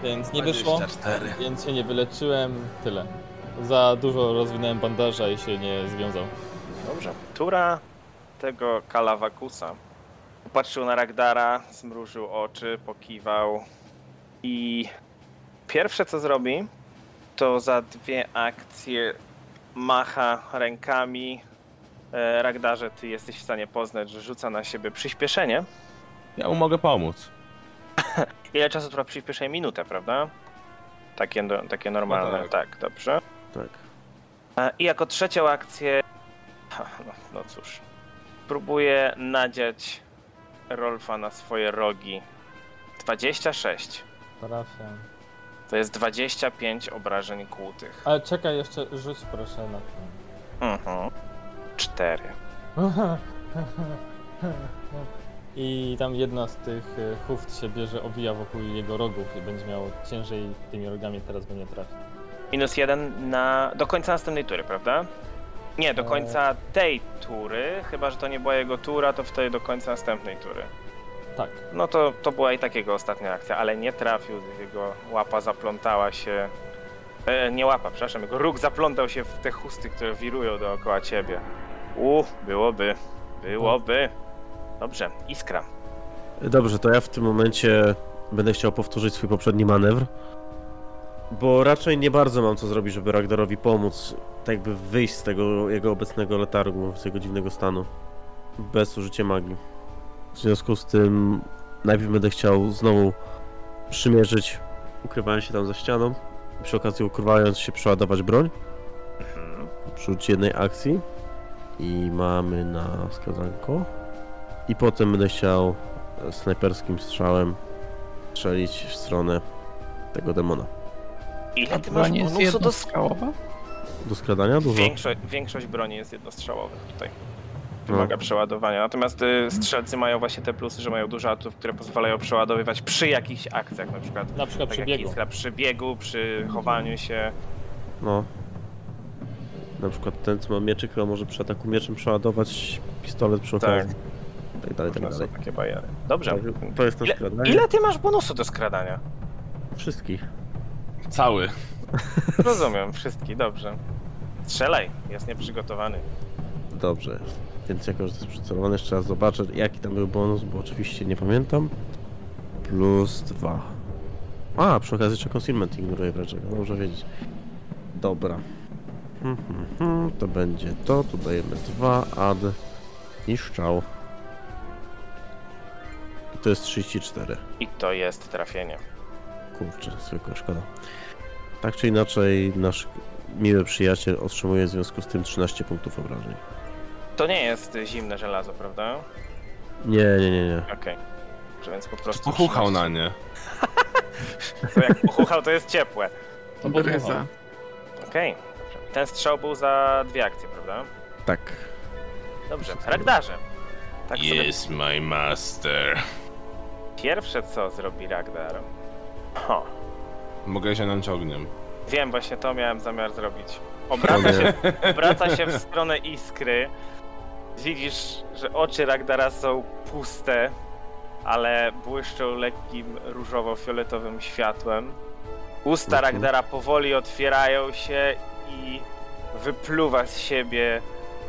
Speaker 5: Więc nie wyszło,
Speaker 4: 24.
Speaker 5: więc się nie wyleczyłem, tyle. Za dużo rozwinąłem bandaża i się nie związał.
Speaker 2: Dobrze. Tura tego kalawakusa. Popatrzył na Ragdara, zmrużył oczy, pokiwał. I pierwsze co zrobi, to za dwie akcje macha rękami. E, Ragdarze, ty jesteś w stanie poznać, że rzuca na siebie przyspieszenie.
Speaker 4: Ja mu mogę pomóc.
Speaker 2: Ile czasu trwa przyspieszenie? Minutę, prawda? Takie, no- takie normalne,
Speaker 4: No
Speaker 2: tak, dobrze.
Speaker 3: Tak.
Speaker 2: E, I jako trzecią akcję. Ha, No, no cóż. Próbuję nadziać Rolfa na swoje rogi. 26.
Speaker 5: Trafiam.
Speaker 2: To jest 25 obrażeń kłutych.
Speaker 5: Ale czekaj, jeszcze rzuć proszę na to.
Speaker 2: Mhm. 4.
Speaker 5: I tam jedna z tych y, huft się bierze, owija wokół jego rogów i będzie miał ciężej tymi rogami teraz go nie trafić.
Speaker 2: Minus 1 na. do końca następnej tury, prawda? Nie, do
Speaker 5: E.
Speaker 2: końca tej tury. Chyba, że to nie była jego tura, to wtedy do końca następnej tury.
Speaker 5: Tak.
Speaker 2: No to, to była i tak jego ostatnia akcja, ale nie trafił, jego łapa zaplątała się. E, nie łapa, przepraszam, jego róg zaplątał się w te chusty, które wirują dookoła ciebie. U, byłoby, byłoby. Dobrze, iskra.
Speaker 3: Dobrze, to ja w tym momencie będę chciał powtórzyć swój poprzedni manewr. Bo raczej nie bardzo mam co zrobić, żeby Ragdarowi pomóc, tak jakby wyjść z tego jego obecnego letargu, z jego dziwnego stanu. Bez użycia magii. W związku z tym najpierw będę chciał znowu przymierzyć, ukrywając się tam za ścianą. Przy okazji ukrywając się przeładować broń. Przy użyciu jednej akcji. I mamy na skazanko. I potem będę chciał snajperskim strzałem strzelić w stronę tego demona.
Speaker 2: Ile ty
Speaker 1: Broń
Speaker 2: masz
Speaker 1: jest
Speaker 2: bonusu do sk-
Speaker 1: jednoskałowa?
Speaker 3: Do skradania dużo?
Speaker 2: Większość, większość broni jest jednostrzałowych tutaj. Wymaga
Speaker 1: No.
Speaker 2: przeładowania. Natomiast y, strzelcy mają właśnie te plusy, że mają dużo atutów, które pozwalają przeładowywać przy jakichś akcjach, na przykład
Speaker 5: Na przykład
Speaker 2: tak
Speaker 5: przy
Speaker 2: jak
Speaker 5: biegu.
Speaker 2: iskra przy biegu, przy chowaniu się.
Speaker 3: No. Na przykład ten, co ma mieczyk, to może przy ataku mieczem przeładować pistolet przy
Speaker 2: Tak.
Speaker 3: okazji. Tak, dalej, tak
Speaker 2: Różne są
Speaker 3: dalej.
Speaker 2: takie bajery. Dobrze.
Speaker 3: Tak, To jest to
Speaker 2: Ile-
Speaker 3: skradanie.
Speaker 2: Ile ty masz bonusu do skradania?
Speaker 3: Wszystkich.
Speaker 4: Cały.
Speaker 2: Rozumiem, wszystki, dobrze. Strzelaj, jest nieprzygotowany.
Speaker 3: Dobrze. Więc jako, że to jest przycelowane, jeszcze raz zobaczę, jaki tam był bonus, bo oczywiście nie pamiętam. Plus dwa. A, przy okazji jeszcze concealment ignoruje wrażenie, dobrze wiedzieć. Dobra. Mhm, mhm, To będzie to, tu dajemy dwa, add i szczał. I to jest 34.
Speaker 2: I to jest trafienie.
Speaker 3: Kurczę, zwykła szkoda. Tak czy inaczej, nasz miły przyjaciel otrzymuje w związku z tym 13 punktów obrażeń.
Speaker 2: To nie jest y, zimne żelazo, prawda?
Speaker 3: Nie, nie, nie, nie.
Speaker 2: Okej. Okay. Więc po prostu.
Speaker 4: Pochuchał na nie.
Speaker 2: To jak pochuchał, to jest ciepłe.
Speaker 1: To
Speaker 5: podmuchał.
Speaker 1: Gryza.
Speaker 2: Okej. dobrze. Ten strzał był za dwie akcje, prawda?
Speaker 3: Tak.
Speaker 2: Dobrze. Ragdarze. Tak sobie
Speaker 4: Yes, my master.
Speaker 2: pierwsze co zrobi Ragdar. Ho.
Speaker 4: Mogę zianąć ogniem.
Speaker 2: Wiem, właśnie to miałem zamiar zrobić. Obraca się, obraca się w stronę iskry. Widzisz, że oczy Ragdara są puste. ale błyszczą lekkim różowo-fioletowym światłem. Usta
Speaker 6: Mhm.
Speaker 2: Ragdara powoli otwierają się i wypluwa z siebie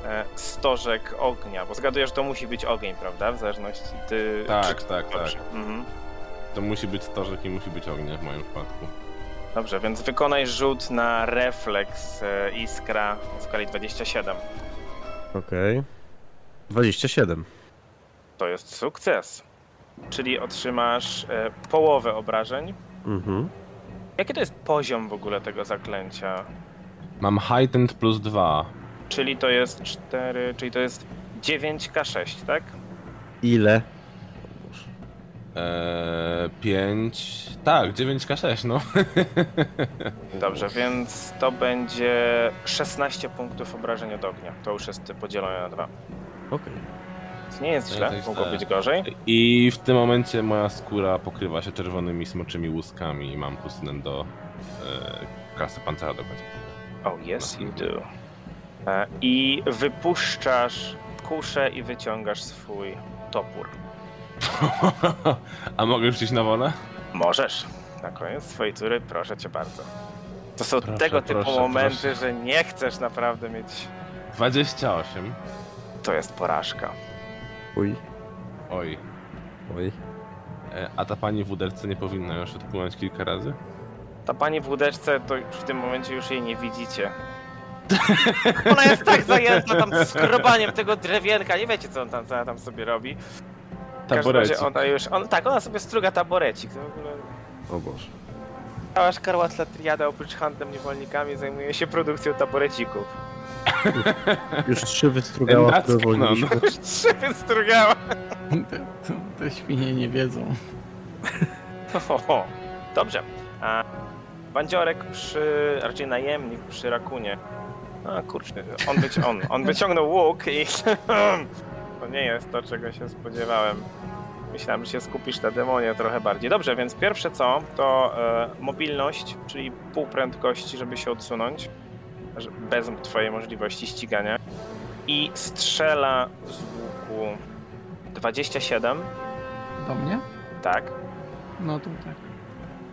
Speaker 2: e, stożek ognia, bo zgadujesz, że to musi być ogień, prawda? W zależności ty...
Speaker 4: Tak,
Speaker 2: czy-
Speaker 4: tak,
Speaker 2: Dobrze.
Speaker 4: tak.
Speaker 2: Mhm.
Speaker 4: To musi być stożek i musi być ognie w moim przypadku.
Speaker 2: Dobrze, więc wykonaj rzut na refleks e, iskra w skali 27.
Speaker 3: Okej. 27.
Speaker 2: To jest sukces. Czyli otrzymasz e, połowę obrażeń.
Speaker 3: Mhm.
Speaker 2: Jaki to jest poziom w ogóle tego zaklęcia?
Speaker 4: Mam heightened plus 2.
Speaker 2: Czyli to jest 4, czyli to jest 9K6, tak?
Speaker 3: Ile?
Speaker 4: Eee, 5. Tak, 9K6, no.
Speaker 2: Dobrze, więc to będzie 16 punktów obrażeń od ognia. To już jest podzielone na dwa.
Speaker 3: Okej.
Speaker 2: Więc nie jest
Speaker 4: To
Speaker 2: źle,
Speaker 4: jest
Speaker 2: mogło
Speaker 4: źle.
Speaker 2: być gorzej.
Speaker 4: I w tym momencie moja skóra pokrywa się czerwonymi smoczymi łuskami i mam plus 1 do e, klasy pancerza do końca.
Speaker 2: Oh, yes you do. E, I wypuszczasz kuszę i wyciągasz swój topór.
Speaker 4: A mogę już iść na wolę?
Speaker 2: Możesz. Na koniec swojej tury, proszę cię bardzo. To są
Speaker 4: Proszę,
Speaker 2: tego typu
Speaker 4: proszę,
Speaker 2: momenty,
Speaker 4: proszę.
Speaker 2: że nie chcesz naprawdę mieć.
Speaker 4: 28.
Speaker 2: To jest porażka.
Speaker 6: Oj,
Speaker 4: Oj.
Speaker 6: oj.
Speaker 4: E, a ta pani w uderce nie powinna już odpłynąć kilka razy?
Speaker 2: Ta pani w łódeczce, to już w tym momencie już jej nie widzicie. Ona jest tak zajęta tam skrobaniem tego drewienka, nie wiecie co on tam, co ona tam sobie robi.
Speaker 6: Tak,
Speaker 2: W każdym razie
Speaker 4: Taboreci.
Speaker 2: ona już, on, tak, ona sobie struga taborecik. To w ogóle
Speaker 6: O Boże.
Speaker 2: cała szkarłatna triada oprócz handlem niewolnikami zajmuje się produkcją taborecików.
Speaker 3: Już trzy wystrugała,
Speaker 4: Ten
Speaker 3: które
Speaker 4: Dackel, no,
Speaker 3: wolniliśmy.
Speaker 2: Już trzy wystrugała.
Speaker 1: Te, te, te świnie nie wiedzą.
Speaker 2: Ho, ho. Dobrze. A bandziorek przy. raczej najemnik przy rakunie. A kurczę, on, być, on, on wyciągnął łuk i. to nie jest to, czego się spodziewałem. Myślałem, że się skupisz na demonie trochę bardziej. Dobrze, więc pierwsze co, to e, mobilność, czyli pół prędkości, żeby się odsunąć. że- Bez twojej możliwości ścigania. I strzela z łuku 27,
Speaker 1: Do mnie?
Speaker 2: tak?
Speaker 1: No to tak.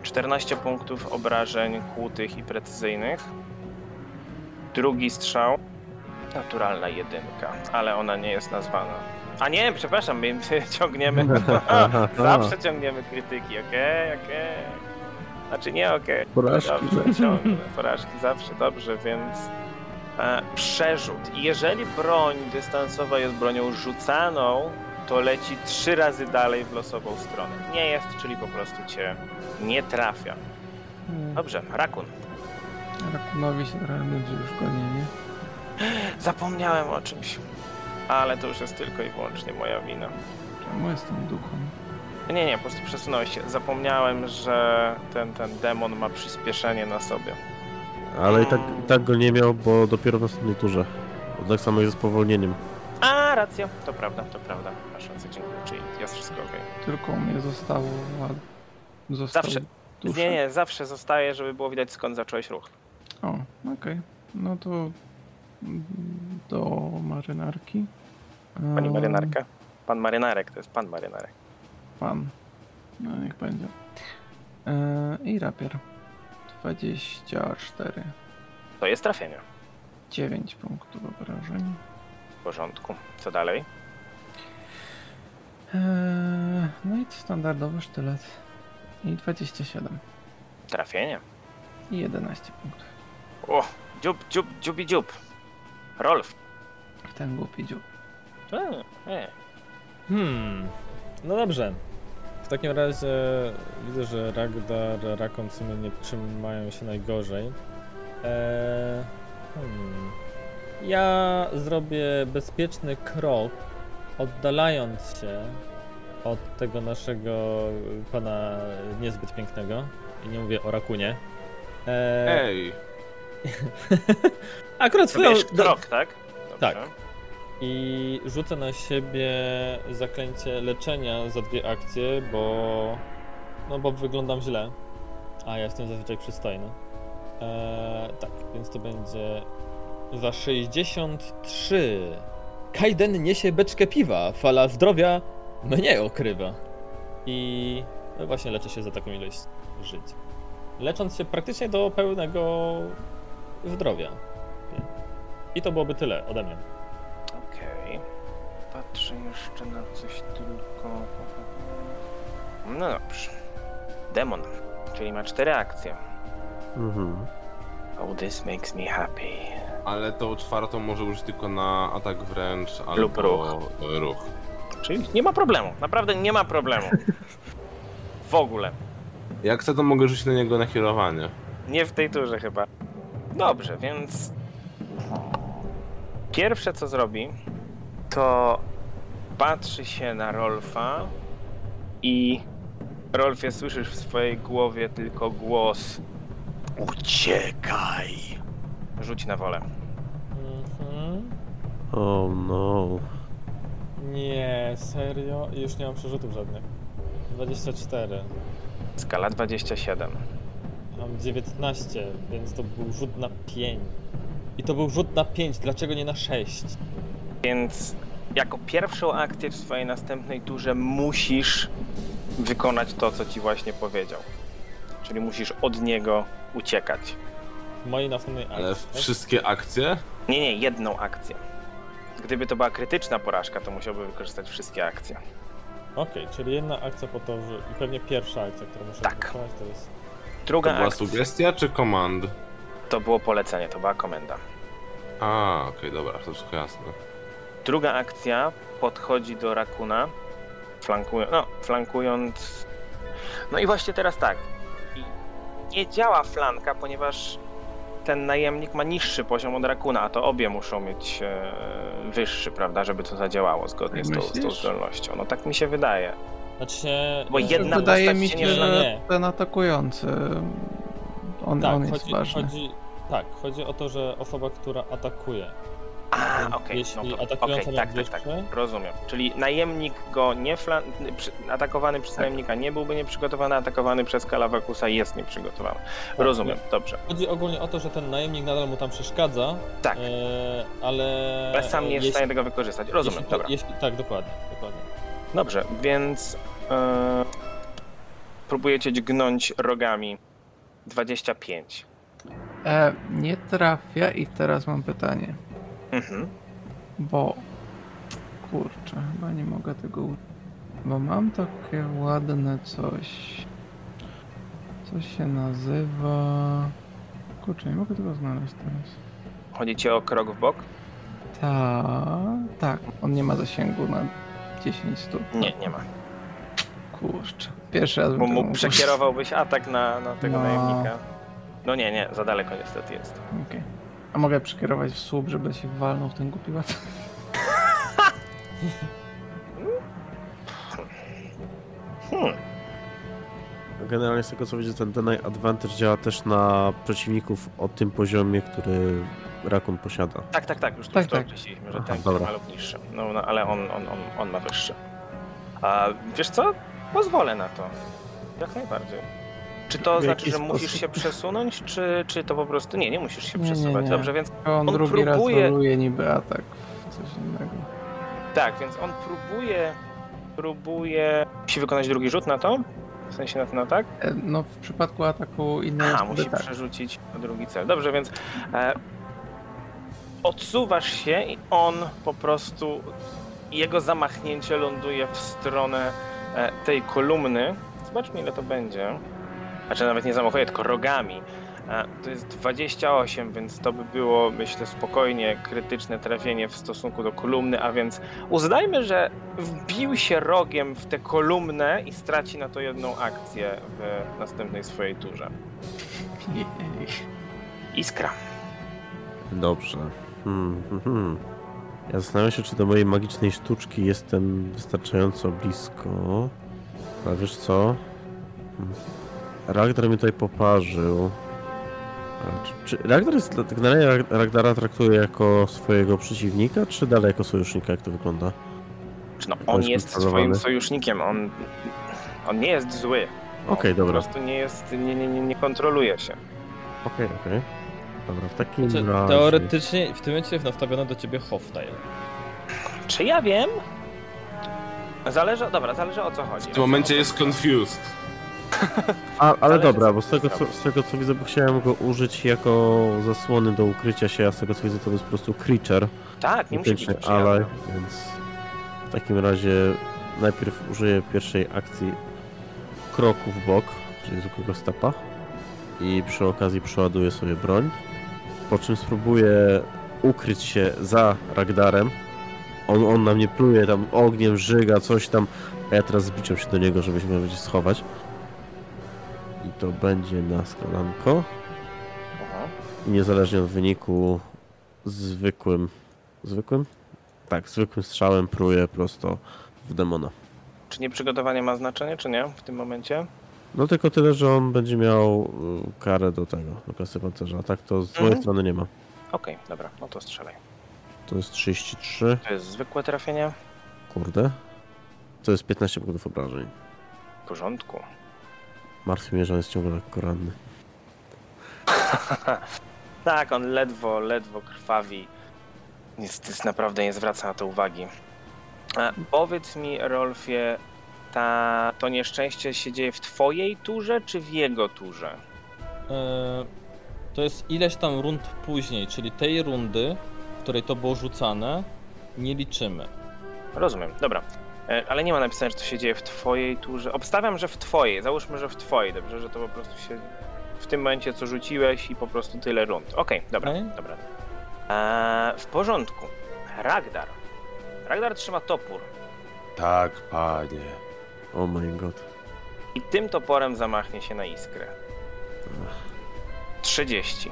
Speaker 2: 14 punktów obrażeń kłutych i precyzyjnych. Drugi strzał. Naturalna jedynka, ale ona nie jest nazwana. A nie, przepraszam, my ciągniemy. Zawsze ciągniemy krytyki, okej, okej. Znaczy nie okej.
Speaker 6: Porażki.
Speaker 2: Dobrze, ciągnę. Porażki zawsze dobrze, więc. E, przerzut. I jeżeli broń dystansowa jest bronią rzucaną, to leci trzy razy dalej w losową stronę. Nie jest, czyli po prostu cię nie trafia.
Speaker 1: Mm,
Speaker 2: Dobrze, Rakun.
Speaker 1: Rakunowi się trochę nudzi już gonienie.
Speaker 2: Zapomniałem o czymś. Ale to już jest tylko i wyłącznie moja wina.
Speaker 1: Czemu jestem duchem?
Speaker 2: Nie, nie, po prostu przesunąłeś się. Zapomniałem, że ten, ten demon ma przyspieszenie na sobie.
Speaker 3: Ale i tak, i tak go nie miał, bo dopiero w następnej turze. Bo Tak samo jest z powolnieniem.
Speaker 2: A, racja. To prawda, to prawda. Masz rację, dziękuję. Czyli jest wszystko okej.
Speaker 1: Tylko u mnie zostało. a Został
Speaker 2: Zawsze-
Speaker 1: duszę.
Speaker 2: Nie, nie, zawsze zostaje, żeby było widać skąd zacząłeś ruch.
Speaker 1: O, okej. No to mm, do marynarki.
Speaker 2: Pani
Speaker 1: Eee,
Speaker 2: marynarka. Pan marynarek, to jest pan marynarek.
Speaker 1: Pan. No niech będzie. Eee, I rapier. 24.
Speaker 2: To jest trafienie.
Speaker 1: 9 punktów obrażeń.
Speaker 2: W porządku. Co dalej?
Speaker 1: Eee, no i standardowy sztylet. I 27.
Speaker 2: Trafienie.
Speaker 1: I 11 punktów.
Speaker 2: O, dziób, dziób, dziubi dziób. Rolf.
Speaker 1: W ten głupi dziób.
Speaker 2: E, e.
Speaker 5: Hmm. No dobrze. W takim razie widzę, że Ragdar, Rakon w sumie nie trzymają się najgorzej. Eee, hmm. Ja zrobię bezpieczny krok, oddalając się od tego naszego y, pana niezbyt pięknego. I nie mówię o Rakunie. Eee,
Speaker 4: Ej,
Speaker 5: akurat swoją...
Speaker 2: Robisz krok, tak?
Speaker 5: Tak. I rzucę na siebie zaklęcie leczenia za dwie akcje, bo. No bo wyglądam źle. A ja jestem zazwyczaj przystojny. Eee, tak, więc to będzie za 63. Kaiden niesie beczkę piwa, fala zdrowia mnie okrywa. i no właśnie leczę się za taką ilość żyć. Lecząc się praktycznie do pełnego zdrowia. Nie? I to byłoby tyle ode mnie.
Speaker 2: Okej. Patrzę jeszcze na coś tylko. No dobrze. Demon, czyli ma cztery akcje.
Speaker 3: Mhm.
Speaker 2: Oh, this makes me happy.
Speaker 4: Ale tą czwartą może użyć tylko na atak wręcz albo
Speaker 2: Lub ruch.
Speaker 4: ruch.
Speaker 2: Czyli nie ma problemu, naprawdę nie ma problemu. W ogóle.
Speaker 4: Jak chcę, to mogę rzucić na niego nakierowanie.
Speaker 2: Nie w tej turze chyba. Dobrze, więc. Pierwsze co zrobi, to patrzy się na Rolfa i Rolfie słyszysz w swojej głowie tylko głos. Uciekaj! Rzuć na wolę.
Speaker 5: Mhm.
Speaker 3: Oh no.
Speaker 5: Nie, serio? I Już nie mam przerzutów żadnych. 24.
Speaker 2: Skala 27.
Speaker 5: Mam 19, więc to był rzut na 5. I to był rzut na 5, dlaczego nie na 6?
Speaker 2: Więc jako pierwszą akcję w swojej następnej turze musisz wykonać to, co ci właśnie powiedział. Czyli musisz od niego uciekać.
Speaker 5: W mojej następnej akcji.
Speaker 4: Ale
Speaker 5: tak?
Speaker 4: wszystkie akcje?
Speaker 2: Nie, nie, jedną akcję. Gdyby to była krytyczna porażka, to musiałby wykorzystać wszystkie akcje.
Speaker 5: Okej, czyli jedna akcja po to, że... i pewnie pierwsza akcja, którą muszę
Speaker 2: Tak.
Speaker 5: wykonać, to jest...
Speaker 4: To
Speaker 2: Druga
Speaker 4: była
Speaker 2: akcja
Speaker 4: sugestia czy komand?
Speaker 2: to było polecenie, to była komenda.
Speaker 4: A, okej, dobra, to wszystko jasne.
Speaker 2: Druga akcja podchodzi do Rakuna, flankują, no, flankując. No i właśnie teraz tak. I Nie działa flanka, ponieważ ten najemnik ma niższy poziom od Rakuna, a to obie muszą mieć e, wyższy, prawda, żeby to zadziałało zgodnie z tą, z tą
Speaker 1: Myślisz?
Speaker 2: zdolnością. No tak mi się wydaje.
Speaker 5: Znaczy się...
Speaker 2: Bo
Speaker 5: e,
Speaker 2: jedna
Speaker 1: Wydaje
Speaker 2: postać
Speaker 1: mi
Speaker 2: się
Speaker 1: się,
Speaker 2: nie
Speaker 1: że
Speaker 5: zna.
Speaker 1: ten atakujący, on,
Speaker 5: tak,
Speaker 1: on jest
Speaker 5: chodzi,
Speaker 1: ważny.
Speaker 5: Chodzi, tak, chodzi o to, że osoba, która atakuje.
Speaker 2: A,
Speaker 5: Więc
Speaker 2: okej,
Speaker 5: jeśli
Speaker 2: no to,
Speaker 5: atakująca
Speaker 2: okej,
Speaker 5: ma
Speaker 2: tak, tak,
Speaker 5: dwieście-
Speaker 2: tak, rozumiem. Czyli najemnik go nie flan... przy- atakowany
Speaker 5: Tak.
Speaker 2: przez najemnika nie byłby nieprzygotowany, atakowany przez Kalawakusa jest nieprzygotowany.
Speaker 5: Tak,
Speaker 2: Rozumiem, dobrze.
Speaker 5: Chodzi ogólnie o to, że ten najemnik nadal mu tam przeszkadza,
Speaker 2: Tak,
Speaker 5: e, ale...
Speaker 2: ale sam nie jest w
Speaker 5: jeśli-
Speaker 2: stanie tego wykorzystać. Rozumiem,
Speaker 5: jeśli,
Speaker 2: dobra.
Speaker 5: Jeśli, tak, dokładnie, dokładnie.
Speaker 2: Dobrze, więc e, próbujecie dźgnąć rogami 25.
Speaker 1: E, nie trafia i teraz mam pytanie,
Speaker 2: Mhm.
Speaker 1: bo kurczę, chyba nie mogę tego u- bo mam takie ładne coś. Co się nazywa? Kurczę, nie mogę tego znaleźć teraz.
Speaker 2: Chodzicie o krok w bok?
Speaker 1: Ta, tak, on nie ma zasięgu na 10 stóp.
Speaker 2: Nie, nie ma.
Speaker 1: Kurczę. Pierwszy raz bym
Speaker 2: Bo
Speaker 1: tego
Speaker 2: mu
Speaker 1: mógł-
Speaker 2: przekierowałbyś atak na, na tego
Speaker 1: No.
Speaker 2: najemnika. No nie, nie, za daleko niestety jest.
Speaker 1: Okej. A mogę przekierować w słup, żeby się walnął w ten głupi ład?
Speaker 2: Hmm.
Speaker 3: Generalnie z tego co widzę, ten Deny Advantage działa też na przeciwników o tym poziomie, który Rakun posiada.
Speaker 2: Tak, tak, tak, już
Speaker 1: Tak,
Speaker 2: tak, to
Speaker 1: tak.
Speaker 2: określiliśmy, że
Speaker 3: Aha,
Speaker 2: ten który
Speaker 3: dobra.
Speaker 2: ma lub niższy. No, no ale on, on, on, on ma wyższy. A wiesz co? Pozwolę na to. Jak najbardziej. Czy to
Speaker 3: W
Speaker 2: znaczy,
Speaker 3: jaki
Speaker 2: że musisz
Speaker 3: sposób?
Speaker 2: się przesunąć, czy, czy to po prostu. Nie, nie musisz się
Speaker 1: Nie, nie,
Speaker 2: przesuwać.
Speaker 1: nie.
Speaker 2: Dobrze, więc
Speaker 1: On,
Speaker 2: On
Speaker 1: drugi
Speaker 2: próbuje-
Speaker 1: raz roluje niby atak w coś innego.
Speaker 2: Tak, więc on próbuje, próbuje, musi wykonać drugi rzut na to, w sensie na tak. ten atak,
Speaker 1: E, No w przypadku ataku innej
Speaker 2: a
Speaker 1: osoby
Speaker 2: musi
Speaker 1: tak.
Speaker 2: przerzucić na drugi cel. Dobrze, więc e, odsuwasz się i on po prostu, jego zamachnięcie ląduje w stronę e, tej kolumny. Zobaczmy ile to będzie. Znaczy nawet nie zamachuje, tylko rogami. E, to jest 28, więc to by było, myślę, spokojnie krytyczne trafienie w stosunku do kolumny, a więc uznajmy, że wbił się rogiem w tę kolumnę i straci na to jedną akcję w następnej swojej turze.
Speaker 1: Jej.
Speaker 2: Iskra.
Speaker 3: Dobrze. Hmm, hmm, hmm. Ja zastanawiam się, czy do mojej magicznej sztuczki jestem wystarczająco blisko. Ale wiesz co? Hmm. Ragnar mnie tutaj poparzył. Ale Czy, czy Ragnar jest, dla- generalnie Rag- Ragnara traktuje jako swojego przeciwnika, czy dalej jako sojusznika, jak to wygląda?
Speaker 2: Czy No,
Speaker 3: To
Speaker 2: on
Speaker 3: jest
Speaker 2: jest
Speaker 3: kontrolowany.
Speaker 2: swoim sojusznikiem, on, on nie jest zły.
Speaker 3: Okej,
Speaker 2: Po
Speaker 3: dobra.
Speaker 2: prostu nie jest, nie, nie, nie, nie kontroluje się.
Speaker 3: Okej, okej. Dobra, w takim
Speaker 5: Znaczy,
Speaker 3: razie...
Speaker 5: teoretycznie w tym momencie nastawiono do ciebie Hoftail.
Speaker 2: Czy ja wiem? Zależy, dobra, zależy o co chodzi.
Speaker 4: W tym momencie jest confused.
Speaker 3: A, ale
Speaker 2: Zależy,
Speaker 3: dobra,
Speaker 2: co
Speaker 3: bo z tego, co, z tego co widzę, bo chciałem go użyć jako zasłony do ukrycia się, a z tego co widzę to jest po prostu creature,
Speaker 2: Tak, nie musi być
Speaker 3: mityczny
Speaker 2: przyjemny.
Speaker 3: ally, więc w takim razie najpierw użyję pierwszej akcji kroku w bok, czyli zwykłego stepa i przy okazji przeładuję sobie broń, po czym spróbuję ukryć się za Ragdarem. On, on na mnie pluje tam ogniem, żyga, coś tam, a ja teraz zbliczam się do niego, żeby się będzie schować. I to będzie na sklananko.
Speaker 2: Mhm.
Speaker 3: I niezależnie od wyniku, zwykłym. Zwykłym? Tak, zwykłym strzałem pruję prosto w demona.
Speaker 2: Czy nieprzygotowanie ma znaczenie, czy nie w tym momencie?
Speaker 3: No tylko tyle, że on będzie miał y, karę do tego, do klasy pancerza. a Tak to z mojej
Speaker 2: Mhm.
Speaker 3: strony nie ma.
Speaker 2: Okej, dobra, no to strzelaj.
Speaker 3: To jest 33,
Speaker 2: To jest zwykłe trafienie?
Speaker 3: kurde. To jest 15 punktów obrażeń.
Speaker 2: W porządku.
Speaker 3: Martw mnie, że on jest ciągle lekko ranny.
Speaker 2: Tak, on ledwo, ledwo krwawi. Niestety naprawdę nie zwraca na to uwagi. A powiedz mi, Rolfie, ta, to nieszczęście się dzieje w twojej turze, czy w jego turze?
Speaker 7: E, to jest ileś tam rund później, czyli tej rundy, w której to było rzucane, nie liczymy.
Speaker 2: Rozumiem, dobra. E, Ale nie ma napisane, że to się dzieje w twojej turze. Obstawiam, że w twojej. Załóżmy, że w twojej, dobrze? Że to po prostu się w tym momencie, co rzuciłeś i po prostu tyle rund. Okej, dobra,
Speaker 7: Okej.
Speaker 2: dobra. Eee, w porządku. Ragdar. Ragdar trzyma topór
Speaker 4: Tak, panie.
Speaker 3: Oh my god.
Speaker 2: i tym toporem zamachnie się na iskrę. 30.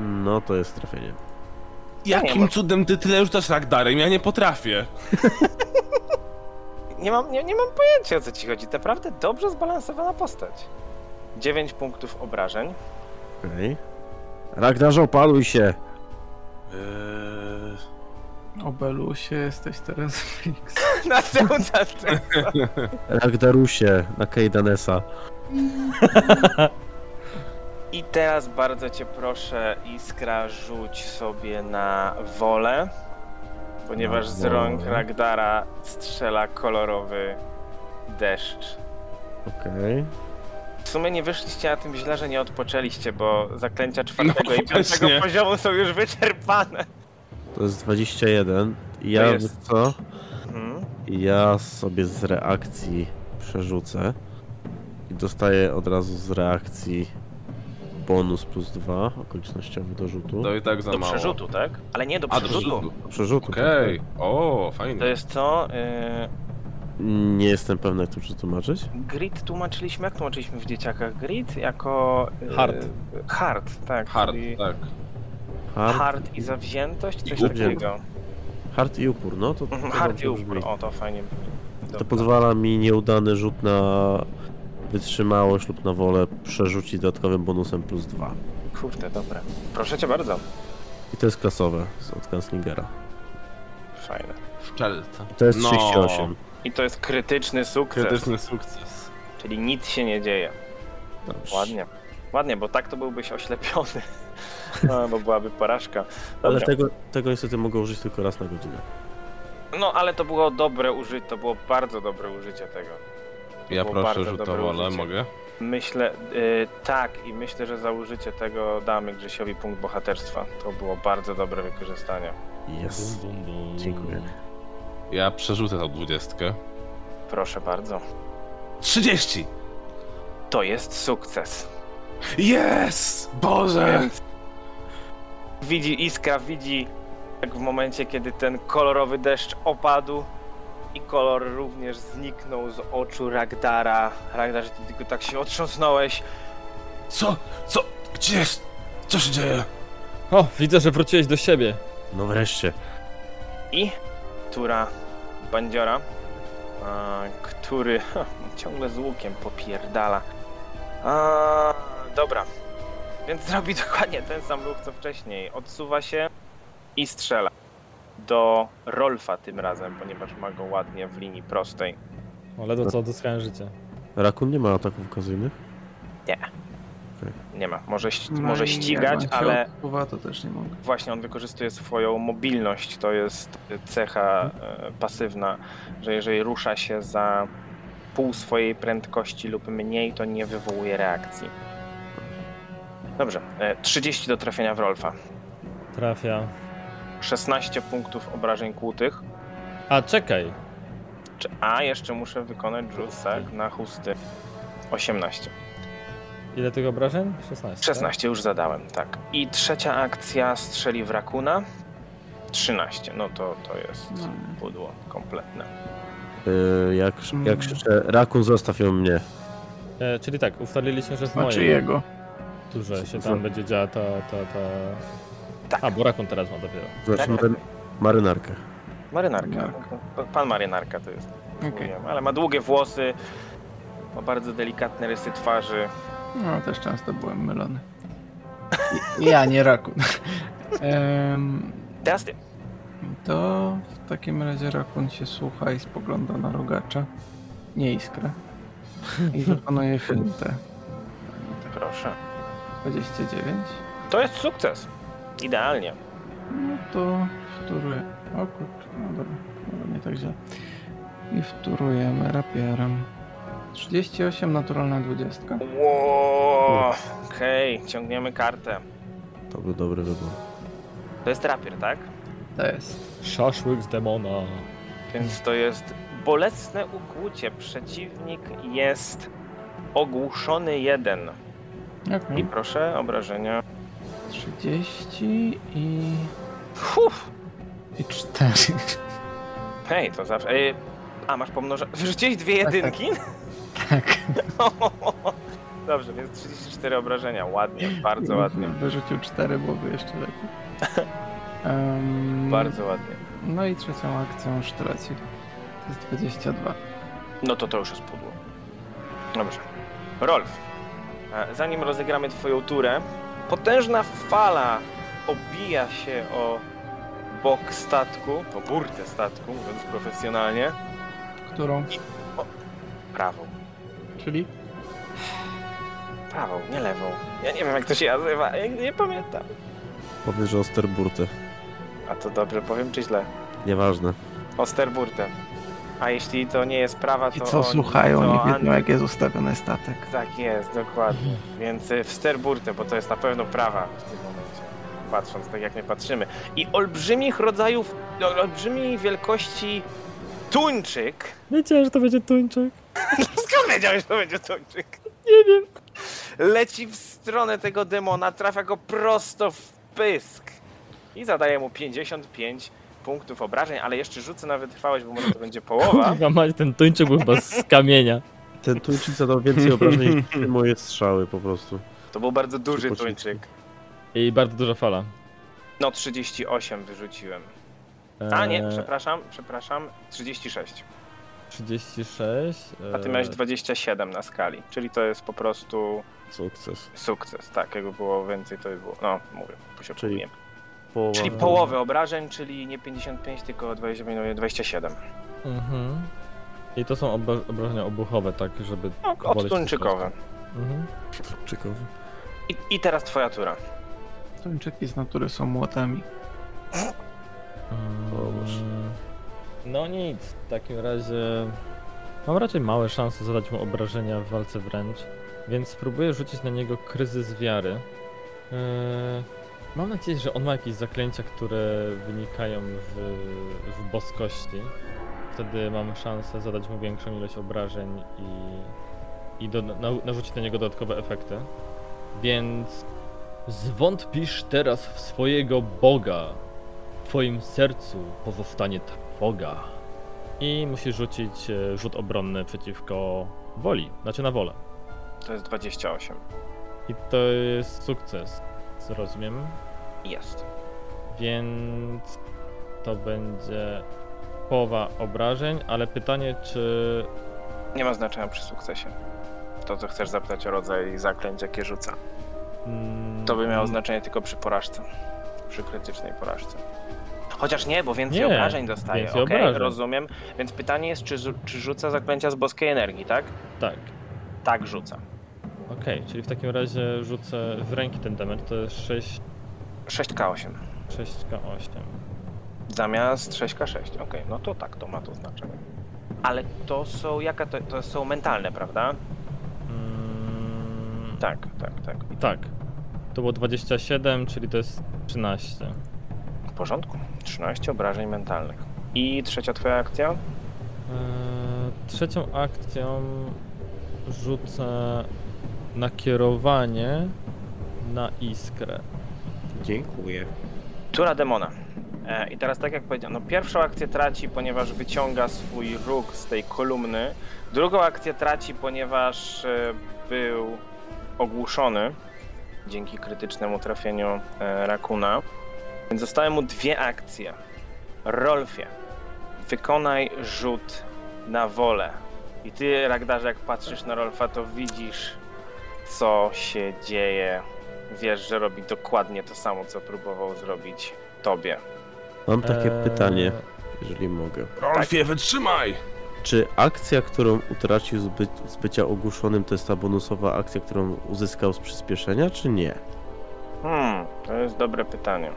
Speaker 3: No to jest trafienie.
Speaker 2: Nie ma.
Speaker 4: Jakim cudem ty tyle rzucasz Ragdarem? Ja nie potrafię.
Speaker 2: Nie mam, nie, nie mam pojęcia, o co ci chodzi. Naprawdę dobrze zbalansowana postać. 9 punktów obrażeń.
Speaker 3: Okej. Ragdarze, opaluj się!
Speaker 4: Eee,
Speaker 1: Obelusie, jesteś teraz fix.
Speaker 2: Na tył, na tył.
Speaker 3: Ragdarusie na Kejdanesa.
Speaker 2: I teraz bardzo cię proszę, Iskra, rzuć sobie na wolę, ponieważ
Speaker 3: Na
Speaker 2: z rąk
Speaker 3: wolę.
Speaker 2: Ragdara strzela kolorowy deszcz.
Speaker 3: Okej.
Speaker 2: W sumie nie wyszliście na tym źle, że nie odpoczęliście, bo zaklęcia czwartego
Speaker 4: No
Speaker 2: i piątego
Speaker 4: właśnie.
Speaker 2: poziomu są już wyczerpane.
Speaker 3: To jest 21. I ja
Speaker 2: jest.
Speaker 3: wiesz co?
Speaker 2: Mhm.
Speaker 3: Ja sobie z reakcji przerzucę. I dostaję od razu z reakcji bonus plus 2 okolicznościowy do rzutu.
Speaker 4: to i tak za
Speaker 2: Do
Speaker 4: mało.
Speaker 2: przerzutu, tak? Ale nie do
Speaker 4: A, do
Speaker 2: przerzutu.
Speaker 4: rzutu.
Speaker 3: Przerzutu. tak.
Speaker 4: Okej, o, fajnie.
Speaker 2: To jest co? Yy,
Speaker 3: tak. Nie jestem pewny, jak to przetłumaczyć.
Speaker 2: grid tłumaczyliśmy, jak tłumaczyliśmy w dzieciakach? Grid jako... yy,
Speaker 5: Hard.
Speaker 2: Hard, tak.
Speaker 4: Hard,
Speaker 2: czyli
Speaker 4: tak.
Speaker 3: Hard,
Speaker 2: hard i zawziętość, coś
Speaker 4: I
Speaker 3: upiór.
Speaker 2: takiego.
Speaker 3: hard i upór, no to. to
Speaker 2: Mhm, Hard i
Speaker 3: dobrze
Speaker 2: upór,
Speaker 3: brzmi.
Speaker 2: o to fajnie brzmi.
Speaker 3: To
Speaker 2: Dobra.
Speaker 3: pozwala mi nieudany rzut na wytrzymałość lub na wolę przerzucić dodatkowym bonusem plus 2.
Speaker 2: Kurde, dobra. Proszę cię bardzo.
Speaker 3: I to jest klasowe z- od Ganslingera.
Speaker 2: Fajne.
Speaker 4: Szczelca.
Speaker 3: I to jest
Speaker 4: No.
Speaker 3: 38.
Speaker 2: I to jest krytyczny sukces,
Speaker 4: Krytyczny sukces.
Speaker 2: czyli nic się nie dzieje.
Speaker 3: Dobrze.
Speaker 2: Ładnie. Ładnie, bo tak to byłbyś oślepiony. No, bo byłaby porażka. Dobra.
Speaker 3: Ale tego, tego niestety mogę użyć tylko raz na godzinę.
Speaker 2: No, ale to było dobre użycie, to było bardzo dobre użycie tego. To
Speaker 4: Ja
Speaker 2: było
Speaker 4: proszę
Speaker 2: bardzo
Speaker 4: rzut
Speaker 2: dobre
Speaker 4: o ale
Speaker 2: użycie.
Speaker 4: mogę?
Speaker 2: Myślę, y, tak, i myślę, że za użycie tego damy Grzesiowi punkt bohaterstwa. To było bardzo dobre wykorzystanie.
Speaker 3: Jest.
Speaker 5: Bum, bum, bum.
Speaker 3: Dziękuję.
Speaker 4: Ja przerzucę tą dwudziestkę.
Speaker 2: Proszę bardzo.
Speaker 4: 30!
Speaker 2: To jest sukces.
Speaker 4: Yes! Boże!
Speaker 2: Więc widzi iskra, widzi jak w momencie, kiedy ten kolorowy deszcz opadł i kolor również zniknął z oczu Ragdara. Ragdar, ty tylko tak się otrząsnąłeś.
Speaker 4: Co? Co? Gdzie jest? Co się dzieje?
Speaker 5: O, widzę, że wróciłeś do siebie.
Speaker 3: No wreszcie.
Speaker 2: I tura bandziora, a, który ciągle z łukiem popierdala. A, dobra, więc zrobi dokładnie ten sam ruch co wcześniej. Odsuwa się i strzela. Do Rolfa tym razem, ponieważ ma go ładnie w linii prostej.
Speaker 1: No.
Speaker 5: O, ledwo co odzyskałem życie.
Speaker 3: Rakun nie ma ataków okazyjnych?
Speaker 2: Nie.
Speaker 3: okej.
Speaker 2: Nie ma. Może, ści-
Speaker 1: No
Speaker 2: może
Speaker 1: i jak
Speaker 2: ścigać,
Speaker 1: on cię
Speaker 2: ale
Speaker 1: odpływa, to też nie mogę.
Speaker 2: właśnie on wykorzystuje swoją mobilność. To jest cecha e, pasywna, że jeżeli rusza się za pół swojej prędkości lub mniej, to nie wywołuje reakcji. Dobrze. E, 30 do trafienia w Rolfa.
Speaker 5: Trafia.
Speaker 2: 16 punktów obrażeń kłutych.
Speaker 5: A, czekaj.
Speaker 2: Czy- A jeszcze muszę wykonać rzut tak, na chusty. 18.
Speaker 5: Ile tych obrażeń? 16.
Speaker 2: 16 już zadałem, tak. I trzecia akcja strzeli w rakuna. 13, no to, to jest
Speaker 1: No.
Speaker 2: pudło kompletne.
Speaker 3: Yy, jak,
Speaker 1: Mm.
Speaker 3: jak krzyczę, rakun zostaw ją mnie.
Speaker 5: Tak? E, czyli tak, ustaliliśmy, że w
Speaker 1: Znaczy
Speaker 5: mojej
Speaker 1: jego.
Speaker 5: turze się tam będzie działa ta, ta, ta...
Speaker 2: Tak.
Speaker 5: A, bo Rakun teraz ma dopiero.
Speaker 3: Znaczy
Speaker 2: Tak?
Speaker 3: maryn- marynarkę.
Speaker 2: Marynarka.
Speaker 1: Marynarka.
Speaker 2: No, To Pan marynarka to jest,
Speaker 1: Okej.
Speaker 2: mówiłem, ale ma długie włosy, ma bardzo delikatne rysy twarzy.
Speaker 1: No, też często byłem mylony. I- Ja, nie rakun. Em,
Speaker 2: Teraz ty.
Speaker 1: to w takim razie rakun się słucha i spogląda na rogacza. Nie iskrę. I wykonuje fintę.
Speaker 2: Proszę.
Speaker 1: 29.
Speaker 2: To jest sukces. Idealnie.
Speaker 1: No to wtóruję. O kurczę, no dobra, no nie tak źle. I wtórujemy rapierem. 38, naturalna 20.
Speaker 2: Wow. Okej, ciągniemy kartę.
Speaker 3: To był dobry wybór.
Speaker 2: To jest rapier, tak?
Speaker 1: To jest.
Speaker 5: Szaszłyk z demona.
Speaker 2: Więc to jest bolesne ukłucie. Przeciwnik jest ogłuszony jeden. I
Speaker 1: Okej.
Speaker 2: proszę, obrażenia.
Speaker 1: 30 i...
Speaker 2: Fuf!
Speaker 1: i 4.
Speaker 2: Hej, to zawsze. Ej, a masz pomnoże. Wrzuciłeś dwie
Speaker 1: Tak,
Speaker 2: jedynki?
Speaker 1: Tak.
Speaker 2: Dobrze, więc 34 obrażenia. Ładnie, bardzo ładnie.
Speaker 1: Wyrzucił 4, byłoby jeszcze lepiej. Em,
Speaker 2: Bardzo ładnie.
Speaker 1: No i trzecią akcją sztylecik. To jest 22.
Speaker 2: No to to już jest pudło. Dobrze. Rolf, e, zanim rozegramy twoją turę, potężna fala obija się o bok statku, o burtę statku, mówiąc profesjonalnie,
Speaker 1: Którą?
Speaker 2: prawą.
Speaker 1: Czyli?
Speaker 2: Prawą, nie lewą. Ja nie wiem, jak to się nazywa, ja nie pamiętam.
Speaker 3: Powiesz, że Osterburtę.
Speaker 2: A to dobrze, powiem czy źle.
Speaker 3: Nieważne.
Speaker 2: Osterburtę. A jeśli to nie jest prawa, to...
Speaker 1: I co
Speaker 2: oni-
Speaker 1: słuchają,
Speaker 2: to
Speaker 1: nie
Speaker 2: anty-
Speaker 1: wiedzą jak jest ustawiony statek.
Speaker 2: Tak jest, dokładnie. Więc y, w sterburtę, bo to jest na pewno prawa w tym momencie, patrząc tak jak my patrzymy. I olbrzymich rodzajów, o- olbrzymiej wielkości tuńczyk.
Speaker 5: Wiedziałem, że to będzie tuńczyk.
Speaker 2: Skąd wiedziałeś, że to będzie tuńczyk?
Speaker 5: Nie wiem.
Speaker 2: Leci w stronę tego demona, trafia go prosto w pysk. I zadaje mu 55 punktów obrażeń, ale jeszcze rzucę na wytrwałość, bo może to będzie połowa.
Speaker 5: Kurwa mać, ten tuńczyk był chyba z kamienia.
Speaker 3: Ten tuńczyk zadał więcej obrażeń niż wszystkie moje strzały po prostu.
Speaker 2: To był bardzo duży
Speaker 3: Poczuć.
Speaker 2: tuńczyk.
Speaker 5: I bardzo duża fala.
Speaker 2: No 38 wyrzuciłem.
Speaker 5: E,
Speaker 2: A
Speaker 3: Eee.
Speaker 2: nie, przepraszam, przepraszam, 36.
Speaker 5: 36.
Speaker 2: A ty
Speaker 3: Eee.
Speaker 5: e,
Speaker 2: miałeś 27 na skali, czyli to jest po prostu
Speaker 3: Sukces.
Speaker 2: sukces. Tak, jakby było więcej, to by było. No, mówię, bo się
Speaker 3: Czyli
Speaker 2: pomyliłem.
Speaker 3: Połowa.
Speaker 2: Czyli połowę obrażeń, czyli nie 55, tylko 20, no, 27.
Speaker 5: Mhm. I to są obra- obrażenia obuchowe, tak, żeby.
Speaker 2: No,
Speaker 5: boleć po
Speaker 2: odtuńczykowe.
Speaker 3: tak.
Speaker 5: prostu. Mhm.
Speaker 3: Czykowy.
Speaker 2: I, I teraz twoja tura.
Speaker 1: Tuńczyki z natury są młotami.
Speaker 5: Mm,
Speaker 3: O Boże.
Speaker 5: No nic, w takim razie mam raczej małe szanse zadać mu obrażenia w walce wręcz, więc spróbuję rzucić na niego kryzys wiary. Yy, Mam nadzieję, że on ma jakieś zaklęcia, które wynikają w, w boskości. Wtedy mam szansę zadać mu większą ilość obrażeń i, i do, na, narzucić na niego dodatkowe efekty. Więc zwątpisz teraz w swojego Boga. W twoim sercu pozostanie trwoga. I musisz rzucić e, rzut obronny przeciwko woli, znaczy na wolę.
Speaker 2: To jest 28.
Speaker 5: I to jest sukces, rozumiem.
Speaker 2: Jest.
Speaker 5: Więc to będzie połowa obrażeń, ale pytanie, czy
Speaker 2: Nie ma znaczenia przy sukcesie. To, co chcesz zapytać o rodzaj zaklęć, jakie rzuca.
Speaker 5: mm,
Speaker 2: To by miało znaczenie tylko przy porażce. Przy krytycznej porażce. Chociaż nie, bo więcej
Speaker 5: Nie,
Speaker 2: obrażeń dostaje.
Speaker 5: więcej
Speaker 2: Okej,
Speaker 5: obrażeń.
Speaker 2: rozumiem. Więc pytanie jest, czy, zu- czy rzuca zaklęcia z boskiej energii, tak?
Speaker 5: Tak.
Speaker 2: Tak rzuca.
Speaker 5: Okej, czyli w takim razie rzucę w ręki ten damage, to jest 6,
Speaker 2: 6K8
Speaker 5: 6K8.
Speaker 2: zamiast 6K6. Okej, no to tak, to ma to znaczenie. Ale to są, jaka to, to są mentalne, prawda?
Speaker 5: Mm,
Speaker 2: Tak, tak, tak.
Speaker 5: tak. To było 27, czyli to jest 13.
Speaker 2: W porządku. 13 obrażeń mentalnych. I trzecia twoja akcja?
Speaker 5: Eee, Trzecią akcją rzucę nakierowanie na iskrę.
Speaker 3: Dziękuję.
Speaker 2: Tura demona. E, I teraz tak jak powiedziałem, no pierwszą akcję traci, ponieważ wyciąga swój róg z tej kolumny. Drugą akcję traci, ponieważ e, był ogłuszony dzięki krytycznemu trafieniu e, Rakuna. Więc zostały mu dwie akcje. Rolfie, wykonaj rzut na wolę. I ty, Ragdarze, jak patrzysz na Rolfa, to widzisz, co się dzieje. Wiesz, że robi dokładnie to samo, co próbował zrobić tobie.
Speaker 3: Mam takie
Speaker 5: Eee,
Speaker 3: pytanie, jeżeli mogę.
Speaker 2: Tak.
Speaker 4: Rolfie, wytrzymaj!
Speaker 3: Czy akcja, którą utracił z, by- z bycia ogłuszonym, to jest ta bonusowa akcja, którą uzyskał z przyspieszenia, czy nie?
Speaker 2: Hmm, to jest dobre pytanie.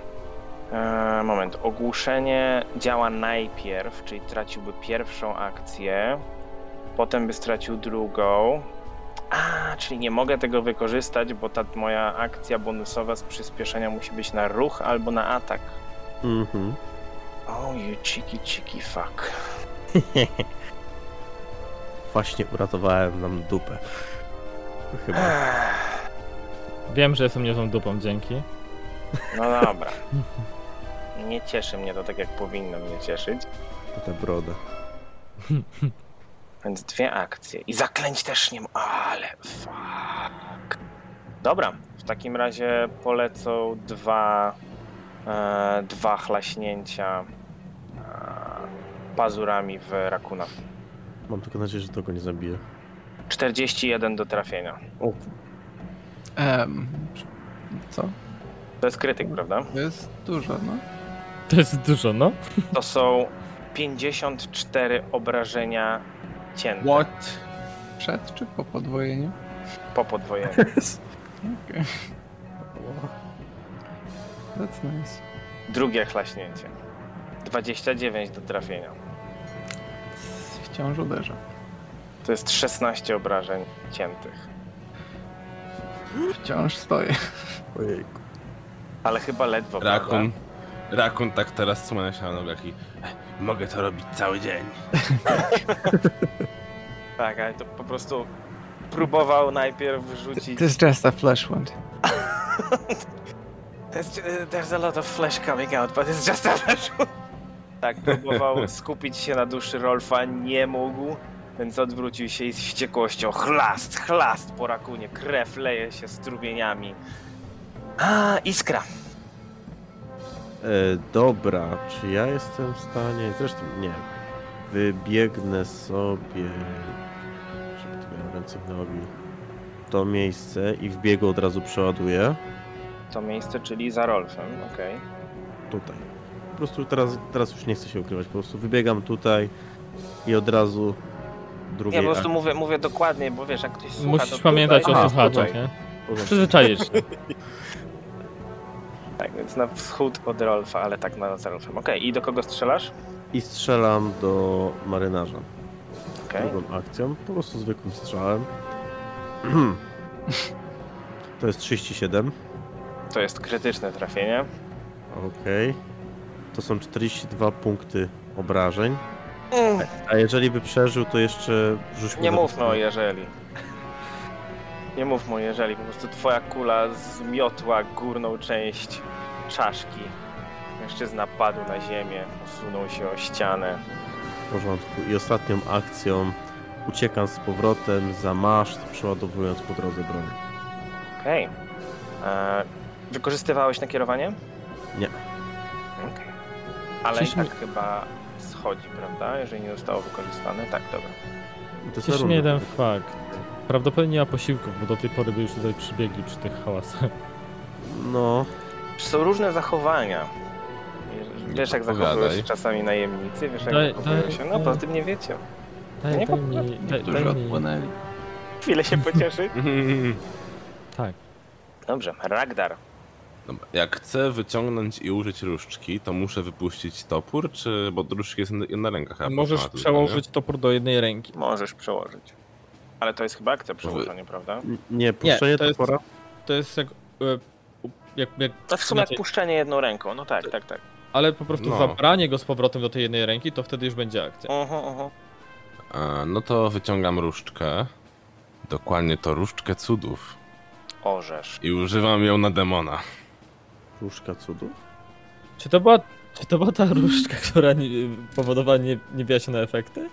Speaker 2: Eee, moment, ogłuszenie działa najpierw, czyli traciłby pierwszą akcję, potem by stracił drugą. A, czyli nie mogę tego wykorzystać, bo ta moja akcja bonusowa z przyspieszenia musi być na ruch albo na atak.
Speaker 3: Mhm.
Speaker 2: Oh, you cheeky, cheeky fuck.
Speaker 3: Właśnie uratowałem nam dupę. Chyba.
Speaker 2: Ech,
Speaker 5: Wiem, że jestem niezłą dupą, dzięki.
Speaker 2: No dobra. Nie cieszy mnie to tak, jak powinno mnie cieszyć.
Speaker 3: Tę brodę.
Speaker 2: Więc dwie akcje. I zaklęć też nie ma. Ale fuck. Dobra, w takim razie polecą dwa, e, dwa chlaśnięcia e, pazurami w rakuna.
Speaker 3: Mam tylko nadzieję, że to go nie zabije.
Speaker 2: 41 do trafienia.
Speaker 1: Em, co?
Speaker 2: To jest krytyk, prawda?
Speaker 1: To jest dużo, no.
Speaker 5: To jest dużo, no.
Speaker 2: To są 54 obrażenia cięte
Speaker 4: What?
Speaker 1: Przed czy po podwojeniu?
Speaker 2: po podwojeniu.
Speaker 1: Okej. That's nice.
Speaker 2: Drugie chlaśnięcie. 29 do trafienia.
Speaker 1: Wciąż uderza.
Speaker 2: To jest 16 obrażeń ciętych.
Speaker 1: Wciąż stoję.
Speaker 6: Ojej.
Speaker 2: Ale chyba ledwo. prawda?
Speaker 4: Rakun. Rakun tak teraz trzyma się na nogach i "Eh, mogę to robić cały dzień.
Speaker 2: Tak, ale to po prostu próbował najpierw rzucić.
Speaker 1: is just a flesh wound.
Speaker 2: There's, uh, there's a lot of flesh coming out, but it's just a flesh. tak, próbował skupić się na duszy Rolfa, nie mógł, więc odwrócił się i z wściekłością chlast, chlast po rakunie, krew leje się strumieniami. A, iskra.
Speaker 3: E, dobra, czy ja jestem w stanie. Zresztą nie. Wybiegnę sobie. Żeby to miałem ręce w nogi. To miejsce i w biegu od razu przeładuję.
Speaker 2: To miejsce, czyli za Rolfem, okej.
Speaker 3: Tutaj. Po prostu teraz, teraz już nie chcę się ukrywać. Po prostu wybiegam tutaj i od razu. Drugiej
Speaker 2: Ja po prostu
Speaker 3: akcji.
Speaker 2: mówię, mówię dokładnie, bo wiesz, jak ktoś słucha, to
Speaker 5: Musisz
Speaker 2: tutaj-
Speaker 5: pamiętać o
Speaker 2: Aha,
Speaker 5: słuchaczach,
Speaker 2: tutaj.
Speaker 5: nie?
Speaker 3: Porządku.
Speaker 5: Przyzwyczaisz się.
Speaker 2: Tak, więc na wschód od Rolfa, ale tak na za Rolfem. Okej, i do kogo strzelasz?
Speaker 3: I strzelam do marynarza.
Speaker 2: Okej.
Speaker 3: Drugą akcją. Po prostu zwykłym strzałem. to jest 37.
Speaker 2: To jest krytyczne trafienie.
Speaker 3: Okej. To są 42 punkty obrażeń.
Speaker 2: Tak,
Speaker 3: A jeżeli by przeżył, to jeszcze rzuć mu
Speaker 2: Mm, Nie no,
Speaker 3: na
Speaker 2: mówmy o
Speaker 3: wytrzymałość.
Speaker 2: jeżeli. Nie mówmy o jeżeli, po prostu twoja kula zmiotła górną część czaszki. Mężczyzna padł na ziemię, usunął się o ścianę.
Speaker 3: W porządku. I ostatnią akcją uciekam z powrotem za maszt, przeładowując po drodze broń.
Speaker 2: Okej. E, Wykorzystywałeś nakierowanie?
Speaker 3: Nie.
Speaker 2: Okej. Ale
Speaker 5: Przecież
Speaker 2: i tak chyba schodzi, prawda? Jeżeli nie zostało wykorzystane, tak, dobra.
Speaker 3: I To jest
Speaker 5: Cieszy
Speaker 3: na
Speaker 5: mnie
Speaker 3: rundę.
Speaker 5: jeden fakt. Prawdopodobnie nie ma posiłków, bo do tej pory by już tutaj przybiegli przy tych hałasach.
Speaker 3: No,
Speaker 2: Są różne zachowania. Wiesz, jak zachowują się
Speaker 4: Opowiadaj.
Speaker 2: czasami najemnicy, wiesz, jak
Speaker 5: Daj-
Speaker 2: zachowują
Speaker 5: daj-
Speaker 2: się. No,
Speaker 5: daj-
Speaker 2: poza tym nie wiecie.
Speaker 5: Daj,
Speaker 2: Nie,
Speaker 5: daj mi, daj,
Speaker 1: Niektórzy
Speaker 5: daj mi,
Speaker 1: odpłynęli.
Speaker 2: Chwilę się pocieszy.
Speaker 5: Tak.
Speaker 2: Dobrze, Ragdar.
Speaker 4: Dobra. Jak chcę wyciągnąć i użyć różdżki, to muszę wypuścić topór, czy. bo różdżki jest jedna- jedna ręka chyba.
Speaker 8: Możesz
Speaker 4: ma tylko, nie?
Speaker 8: przełożyć topór do jednej ręki.
Speaker 2: Możesz przełożyć. Ale to jest chyba akcja przełożenia, prawda?
Speaker 3: N- Nie, puszczenie
Speaker 8: to jest-
Speaker 3: topora
Speaker 8: To jest jak. e, jak, jak
Speaker 2: To w sumie
Speaker 8: Znaczy-
Speaker 2: jak puszczenie jedną ręką, no tak, tak, tak.
Speaker 8: ale po prostu
Speaker 4: No.
Speaker 8: zabranie go z powrotem do tej jednej ręki, to wtedy już będzie
Speaker 5: Tak.
Speaker 8: akcja.
Speaker 2: Mhm, mhm.
Speaker 4: E, No to wyciągam różdżkę. Dokładnie to różdżkę cudów.
Speaker 2: Orzesz.
Speaker 4: I używam ją na demona.
Speaker 3: Różdżka cudu?
Speaker 5: Czy to była, czy to była ta różdżka, która nie, powodowała nie, niewiasione efekty?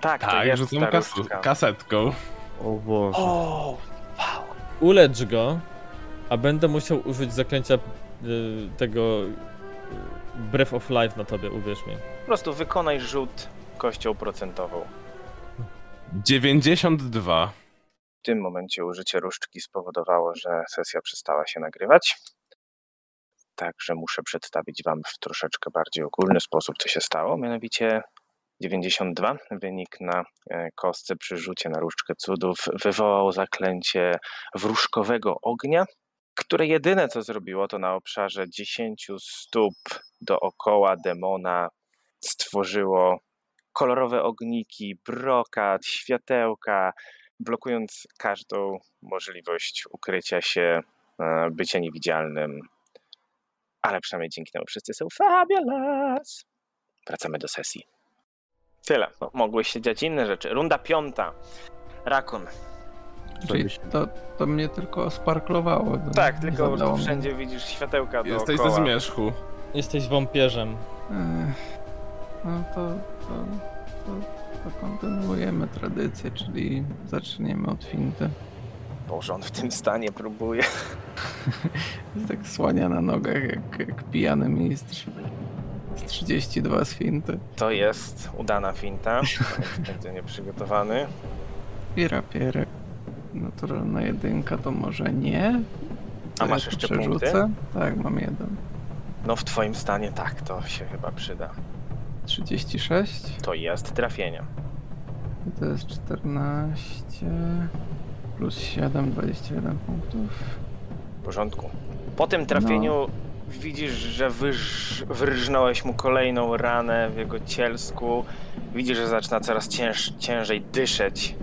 Speaker 2: Tak, to
Speaker 4: Tak,
Speaker 2: jest
Speaker 4: rzucam
Speaker 2: ta
Speaker 4: kas-
Speaker 2: różdżka.
Speaker 4: kasetką.
Speaker 3: O Boże.
Speaker 2: O,
Speaker 5: Ulecz go, a będę musiał użyć zaklęcia y, tego y, Breath of Life na tobie, uwierz mi.
Speaker 2: po prostu wykonaj rzut kością procentową.
Speaker 4: 92.
Speaker 2: W tym momencie użycie różdżki spowodowało, że sesja przestała się nagrywać. Także muszę przedstawić Wam w troszeczkę bardziej ogólny sposób, co się stało. Mianowicie 92, wynik na e, kostce przy rzucie na różdżkę cudów, wywołał zaklęcie wróżkowego ognia, które jedyne co zrobiło, to na obszarze 10 stóp dookoła demona stworzyło kolorowe ogniki, brokat, światełka, blokując każdą możliwość ukrycia się, e, bycia niewidzialnym. Ale przynajmniej dzięki temu wszyscy są fabulous. Wracamy do sesji. Tyle. No, mogły się dziać inne rzeczy. Runda piąta. Rakun.
Speaker 1: Czyli to, to mnie tylko sparklowało. no. to
Speaker 2: Tak,
Speaker 1: nie
Speaker 2: tylko
Speaker 1: zadało
Speaker 2: tu
Speaker 1: mi-
Speaker 2: wszędzie widzisz światełka
Speaker 4: Jesteś ze
Speaker 2: dookoła.
Speaker 4: zmierzchu.
Speaker 7: Jesteś wampierzem.
Speaker 1: Ech, No to, to, to, to kontynuujemy tradycję, czyli zaczniemy od finty.
Speaker 2: Boże, on w tym stanie próbuje.
Speaker 1: Jest tak słania na nogach jak, jak pijany mistrz. Z 32 z finty.
Speaker 2: To jest udana finta. Będzie nieprzygotowany.
Speaker 1: Piera, pierek. Naturalna jedynka to może nie.
Speaker 2: A
Speaker 1: Ja
Speaker 2: masz
Speaker 1: to
Speaker 2: jeszcze
Speaker 1: przerzucę.
Speaker 2: punkty?
Speaker 1: Tak, mam jeden.
Speaker 2: No w twoim stanie tak, to się chyba przyda.
Speaker 1: 36
Speaker 2: To jest trafienie.
Speaker 1: i to jest 14 plus 7, 21 punktów.
Speaker 2: W porządku. Po tym trafieniu widzisz, że wyż... wyrżnąłeś mu kolejną ranę w jego cielsku. Widzisz, że zaczyna coraz cięż... ciężej dyszeć.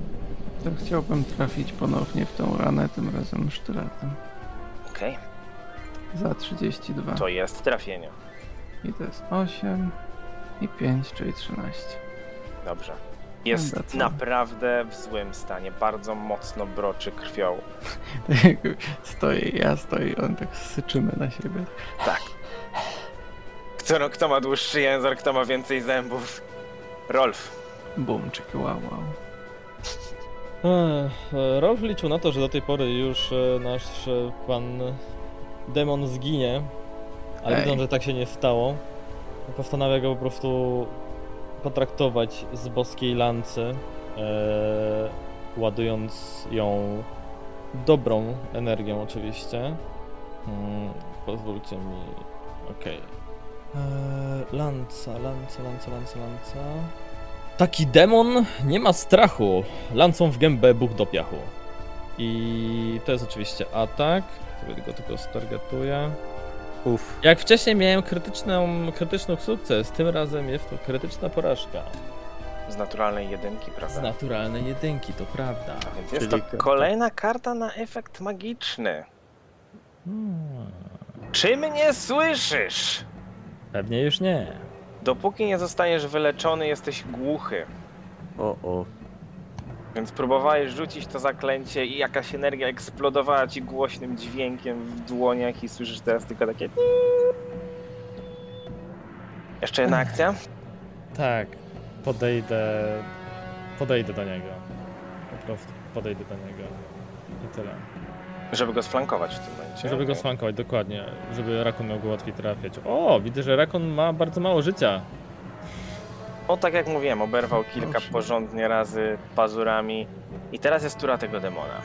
Speaker 1: To chciałbym trafić ponownie w tą ranę, tym razem sztyletem.
Speaker 2: Okej,
Speaker 1: Za 32.
Speaker 2: to jest trafienie.
Speaker 1: I to jest 8 i 5, czyli 13.
Speaker 2: Dobrze. Jest
Speaker 1: Dobra, co?
Speaker 2: naprawdę w złym stanie. Bardzo mocno broczy krwią.
Speaker 1: Tak jakby Stoję, ja stoję i on tak syczymy na siebie.
Speaker 2: Kto, no, kto ma dłuższy język, kto ma więcej zębów? Rolf.
Speaker 1: Bum, czeki, wow, wow.
Speaker 7: Ech, e, Rolf liczył na to, że do tej pory już e, nasz e, pan demon zginie, ale
Speaker 1: Ej.
Speaker 7: widząc, że tak się nie stało, postanawia go po prostu potraktować z boskiej lancy, e, ładując ją dobrą energią oczywiście. Mm, pozwólcie mi... Okej. E, Lanca, lanca, lanca, lanca, lanca... Taki demon nie ma strachu lancą w gębę Bóg do piachu. I to jest oczywiście atak, który go tylko stargetuję.
Speaker 3: Uff.
Speaker 7: Jak wcześniej miałem krytyczną, krytyczny sukces, tym razem jest to krytyczna porażka.
Speaker 2: Z naturalnej jedynki, prawda?
Speaker 7: Z naturalnej jedynki, to prawda.
Speaker 2: Więc jest to
Speaker 3: Czyli-
Speaker 2: kolejna karta na efekt magiczny.
Speaker 7: Hmm.
Speaker 2: Czy mnie słyszysz?
Speaker 5: Pewnie już nie.
Speaker 2: Dopóki nie zostaniesz wyleczony, jesteś głuchy.
Speaker 3: O, o.
Speaker 2: Więc próbowałeś rzucić to zaklęcie i jakaś energia eksplodowała ci głośnym dźwiękiem w dłoniach i słyszysz teraz tylko takie... Jeszcze jedna akcja?
Speaker 5: Tak, podejdę. Podejdę do niego. Po prostu podejdę do niego. I tyle.
Speaker 2: Żeby go sflankować w tym momencie.
Speaker 5: Żeby go sfankować, dokładnie. Żeby Rakon miał go łatwiej trafiać. O, widzę, że Rakon ma bardzo mało życia.
Speaker 2: O, tak jak mówiłem, oberwał kilka
Speaker 1: Proszę.
Speaker 2: porządnie razy pazurami. I teraz jest tura tego demona.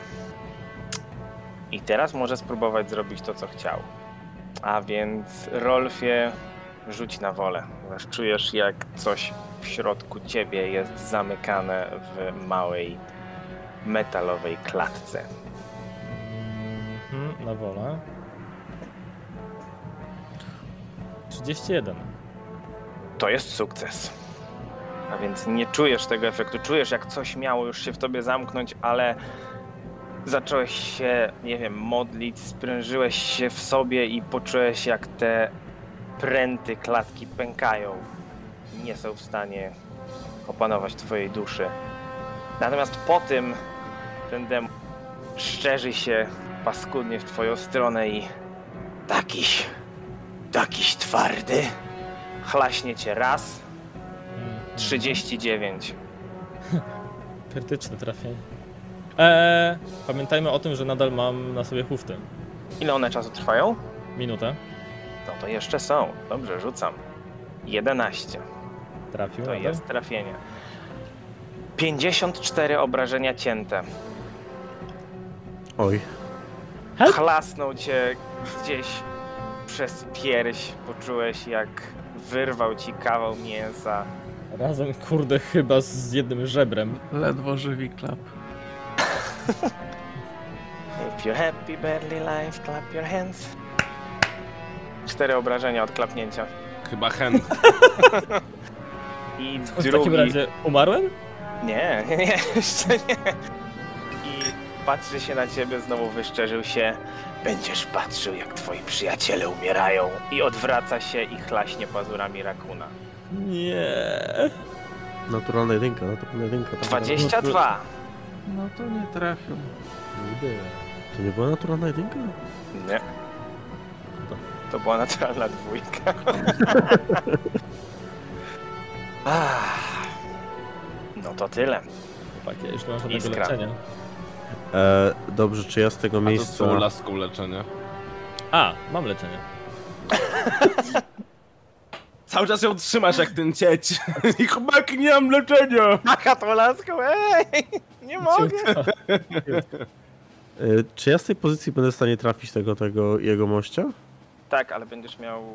Speaker 2: I teraz może spróbować zrobić to, co chciał. A więc, Rolfie, rzuć na wolę. Ponieważ czujesz, jak coś w środku ciebie jest zamykane w małej metalowej klatce.
Speaker 5: Mhm, na wolę. 31.
Speaker 2: To jest sukces. A więc nie czujesz tego efektu. Czujesz, jak coś miało już się w tobie zamknąć, ale zacząłeś się, nie wiem, modlić, sprężyłeś się w sobie i poczułeś, jak te pręty klatki pękają. Nie są w stanie opanować twojej duszy. Natomiast po tym ten demon szczerzy się paskudnie w twoją stronę i takiś, takiś twardy chlaśnie cię raz, 39.
Speaker 5: Krytyczne trafienie. Eee, pamiętajmy o tym, że nadal mam na sobie hufty.
Speaker 2: Ile one czasu trwają?
Speaker 5: Minutę.
Speaker 2: No to jeszcze są. Dobrze, rzucam. 11.
Speaker 5: Trafił
Speaker 2: To
Speaker 5: nadal.
Speaker 2: jest trafienie. 54 obrażenia cięte.
Speaker 3: Oj,
Speaker 5: Help!
Speaker 2: Chlasnął cię gdzieś przez pierś. Poczułeś, jak wyrwał ci kawał mięsa.
Speaker 5: Razem, kurde, chyba z jednym żebrem.
Speaker 1: Ledwo żywi klap.
Speaker 2: If you're happy, barely life, clap your hands. Cztery obrażenia od klapnięcia.
Speaker 4: Chyba chęt.
Speaker 2: I
Speaker 5: W takim
Speaker 2: drugi
Speaker 5: razie umarłem?
Speaker 2: Nie, nie, nie, jeszcze nie. I patrzy się na ciebie, znowu wyszczerzył się. Będziesz patrzył, jak twoi przyjaciele umierają. I odwraca się i chlaśnie pazurami rakuna.
Speaker 5: Nie.
Speaker 3: naturalna jedynka, naturalna jedynka. tak, tak.
Speaker 2: 22.
Speaker 1: No to nie trafił.
Speaker 5: Kurde.
Speaker 3: To nie była naturalna jedynka?
Speaker 2: Nie. To była naturalna dwójka. Ah. No to tyle.
Speaker 5: Chłopaki, ja już nie mam żadnego
Speaker 2: Iskra.
Speaker 5: leczenia.
Speaker 3: E, dobrze, czy ja z tego
Speaker 4: A to
Speaker 3: miejsca...
Speaker 4: są laską leczenia.
Speaker 5: A, mam leczenie.
Speaker 4: Cały czas ją trzymasz jak ten cieć. I chłopaki, nie mam leczenia!
Speaker 2: Macha tą laską, ej! Nie mogę!
Speaker 3: E, czy ja z tej pozycji będę w stanie trafić tego, tego jego mościa?
Speaker 2: Tak, ale będziesz miał e,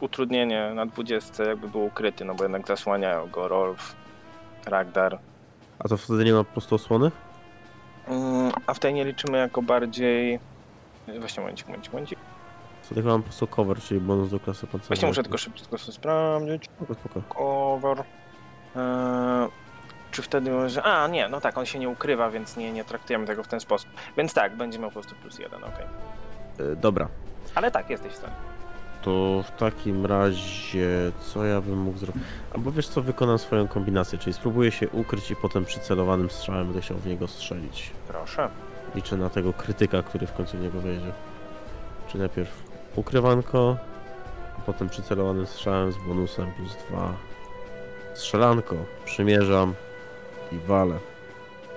Speaker 2: utrudnienie na 20, jakby był ukryty, no bo jednak zasłaniają go Rolf, Ragdar.
Speaker 3: A to wtedy nie ma po prostu osłony?
Speaker 2: Mm, a w tej nie liczymy jako bardziej... e, Właśnie, momencik, momencik, momencik.
Speaker 3: Wtedy chyba mam po prostu cover, czyli bonus do klasy pancernej.
Speaker 2: Właśnie muszę tylko szybciutko sobie sprawdzić.
Speaker 3: Spoko, spoko.
Speaker 2: Cover. E, czy wtedy może... A, nie, no tak, on się nie ukrywa, więc nie, nie traktujemy tego w ten sposób. Więc tak, będzie miał po prostu plus jeden, okej.
Speaker 3: E, dobra.
Speaker 2: Ale tak, jesteś w stanie.
Speaker 3: To w takim razie, co ja bym mógł zrobić? Albo wiesz co, wykonam swoją kombinację, czyli spróbuję się ukryć i potem przycelowanym strzałem będę chciał w niego strzelić.
Speaker 2: Proszę.
Speaker 3: Liczę na tego krytyka, który w końcu w niego wejdzie. Czy najpierw ukrywanko, a potem przycelowanym strzałem z bonusem plus dwa. Strzelanko, przymierzam i walę.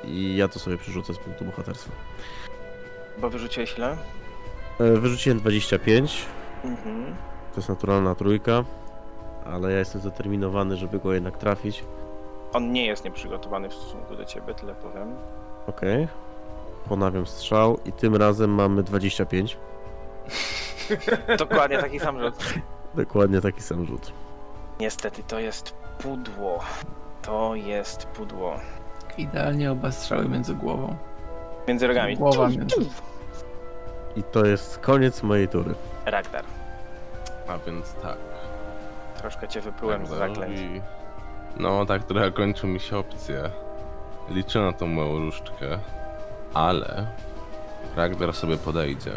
Speaker 3: I ja to sobie przerzucę z punktu bohaterstwa.
Speaker 2: Bo wyrzuciłeś ile?
Speaker 3: E, Wyrzuciłem 25,
Speaker 2: Mhm.
Speaker 3: to jest naturalna trójka, ale ja jestem zdeterminowany, żeby go jednak trafić.
Speaker 2: On nie jest nieprzygotowany w stosunku do ciebie, tyle powiem.
Speaker 3: Okej. Ponawiam strzał i tym razem mamy 25.
Speaker 2: Dokładnie taki sam rzut.
Speaker 3: Dokładnie taki sam rzut.
Speaker 2: Niestety to jest pudło. To jest pudło.
Speaker 1: Idealnie oba strzały między głową.
Speaker 2: Między rogami.
Speaker 1: Głowa
Speaker 2: Ciu,
Speaker 1: między.
Speaker 2: ciu.
Speaker 3: I to jest koniec mojej tury.
Speaker 2: Ragnar,
Speaker 4: A więc tak.
Speaker 2: troszkę cię wyplułem z zaklęć.
Speaker 4: I- Tak No tak, trochę kończy mi się opcje. Liczę na tą moją różdżkę, ale Ragnar sobie podejdzie.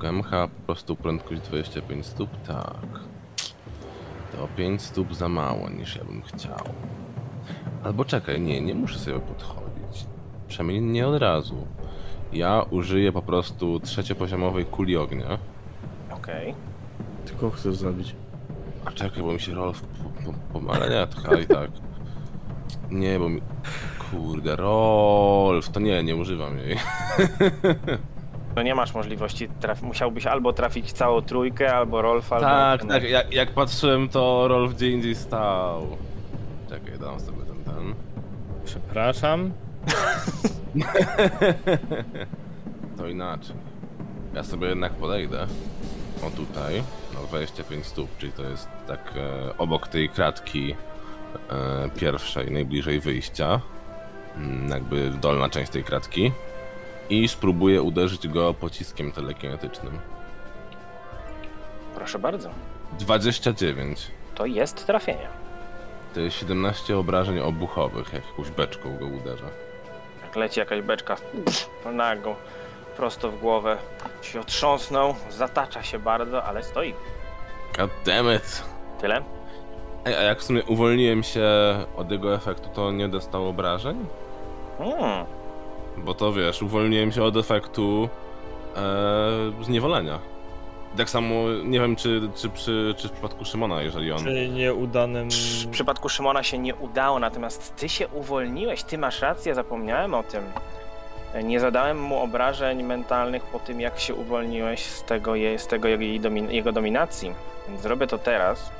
Speaker 4: Gemcha po prostu prędkość 25 stóp, tak. To 5 stóp za mało niż ja bym chciał. Albo czekaj, nie, nie muszę sobie podchodzić. Przynajmniej nie od razu. Ja użyję po prostu trzeciopoziomowej kuli ognia.
Speaker 2: Okej.
Speaker 3: Tylko chcesz zabić.
Speaker 4: A czekaj, bo mi się Rolf. Po, po, po, ale nie, to chyba i tak. Nie, bo mi. Kurde, Rolf, to nie, nie używam jej.
Speaker 2: No nie masz możliwości, traf... musiałbyś albo trafić całą trójkę, albo Rolfa,
Speaker 4: Tak,
Speaker 2: albo...
Speaker 4: jak, jak patrzyłem, to Rolf gdzie indziej stał. Czekaj, dam sobie ten ten.
Speaker 5: Przepraszam.
Speaker 4: To inaczej. Ja sobie jednak podejdę. O tutaj, no 25 stóp, czyli to jest tak e, obok tej kratki e, pierwszej, najbliżej wyjścia. mm, jakby dolna część tej kratki i spróbuję uderzyć go pociskiem telekinetycznym.
Speaker 2: Proszę bardzo.
Speaker 4: 29.
Speaker 2: To jest trafienie.
Speaker 4: To jest 17 obrażeń obuchowych, jak jakąś beczką go uderza.
Speaker 2: Jak leci jakaś beczka psz, nago, prosto w głowę, się otrząsnął, zatacza się bardzo, ale stoi.
Speaker 4: God damn it!
Speaker 2: Tyle.
Speaker 4: Ej, a jak w sumie uwolniłem się od jego efektu, to nie dostał obrażeń?
Speaker 2: Mm,
Speaker 4: Bo to wiesz, uwolniłem się od efektu e, zniewolenia. Tak samo nie wiem, czy, czy, przy, czy w przypadku Szymona, jeżeli on.
Speaker 5: Czy nieudanym...
Speaker 2: w przypadku Szymona się nie udało, natomiast ty się uwolniłeś, ty masz rację, zapomniałem o tym. Nie zadałem mu obrażeń mentalnych po tym, jak się uwolniłeś z tego, je, z tego jej domin- jego dominacji. Więc zrobię to teraz.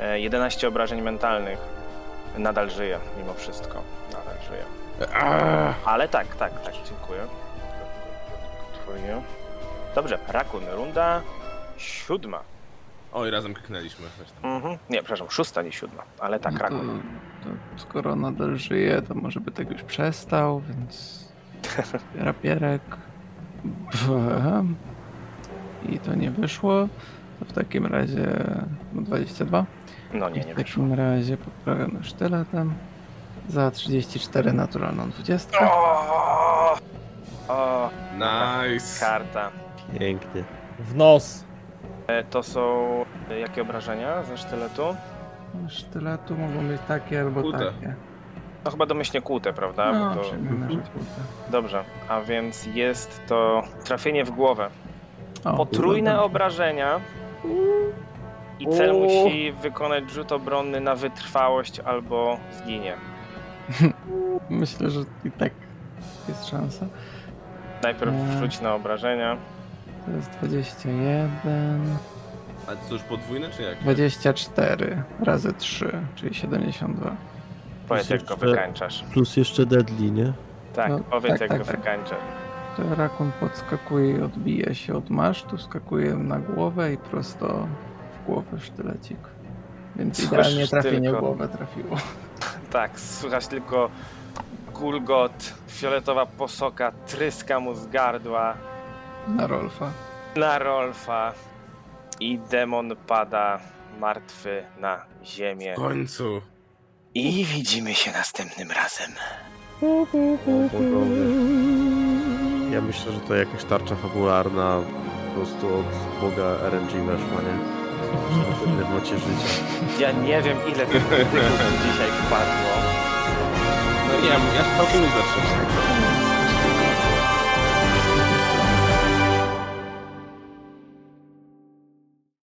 Speaker 2: E, 11 obrażeń mentalnych. Nadal żyje, mimo wszystko. Nadal żyje.
Speaker 4: Aaa!
Speaker 2: Ale tak, tak, tak, dziękuję. Dziękuję. Dobrze, Rakun, runda siódma.
Speaker 4: Oj, razem kliknęliśmy.
Speaker 2: Mhm. Nie, przepraszam, szósta, nie siódma, ale tak,
Speaker 1: No to,
Speaker 2: Rakun.
Speaker 1: to skoro nadal żyje, to może by tak już przestał, więc. Rapierek. Bam. I to nie wyszło. To w takim razie. no, 22.
Speaker 2: No
Speaker 1: I
Speaker 2: nie, nie
Speaker 1: w
Speaker 2: wyszło.
Speaker 1: takim razie poprawiamy sztyletem. Za 34 naturalną 20.
Speaker 2: No. O! O,
Speaker 4: Nice!
Speaker 2: karta.
Speaker 3: Pięknie.
Speaker 5: W nos!
Speaker 2: E, To są e, jakie obrażenia ze sztyletu?
Speaker 1: Sztyletu mogą być takie albo
Speaker 4: Kute.
Speaker 1: takie.
Speaker 2: No chyba domyślnie kłute, prawda?
Speaker 1: no,
Speaker 2: Bo Tak, to...
Speaker 1: przyjmiemy, że kute.
Speaker 2: Dobrze, a więc jest to trafienie w głowę.
Speaker 1: O,
Speaker 2: Potrójne
Speaker 1: kurde.
Speaker 2: obrażenia. I cel musi wykonać rzut obronny na wytrwałość albo zginie.
Speaker 1: Myślę, że i tak jest szansa.
Speaker 2: Najpierw
Speaker 1: Mm.
Speaker 2: wrzuć na obrażenia.
Speaker 1: To jest 21,
Speaker 4: A cóż, podwójne czy jak?
Speaker 1: 24 razy 3, czyli 72.
Speaker 2: Powiedz jak go
Speaker 3: jeszcze-
Speaker 2: wykańczasz.
Speaker 3: Plus jeszcze deadly, nie?
Speaker 2: Tak,
Speaker 1: No,
Speaker 2: powiedz
Speaker 1: tak,
Speaker 2: jak
Speaker 1: tak,
Speaker 2: go
Speaker 1: tak.
Speaker 2: wykańczasz.
Speaker 1: To rakun podskakuje i odbija się od masztu, skakuje na głowę i prosto w głowę sztylecik. Więc
Speaker 2: Słyszysz
Speaker 1: idealnie trafienie
Speaker 2: tylko-
Speaker 1: w głowę trafiło.
Speaker 2: Tak, słychać tylko gulgot, fioletowa posoka tryska mu z gardła
Speaker 1: Na Rolfa.
Speaker 2: na Rolfa i demon pada martwy na ziemię.
Speaker 4: W końcu!
Speaker 2: I widzimy się następnym razem.
Speaker 3: Ja myślę, że to jakaś tarcza fabularna po prostu od Boga RNG weszła, nie? Żeby w mocie życia.
Speaker 2: Ja nie wiem ile tych krytyków tu dzisiaj wpadło.
Speaker 4: No nie, ja się całkiem nie zatrzymałem.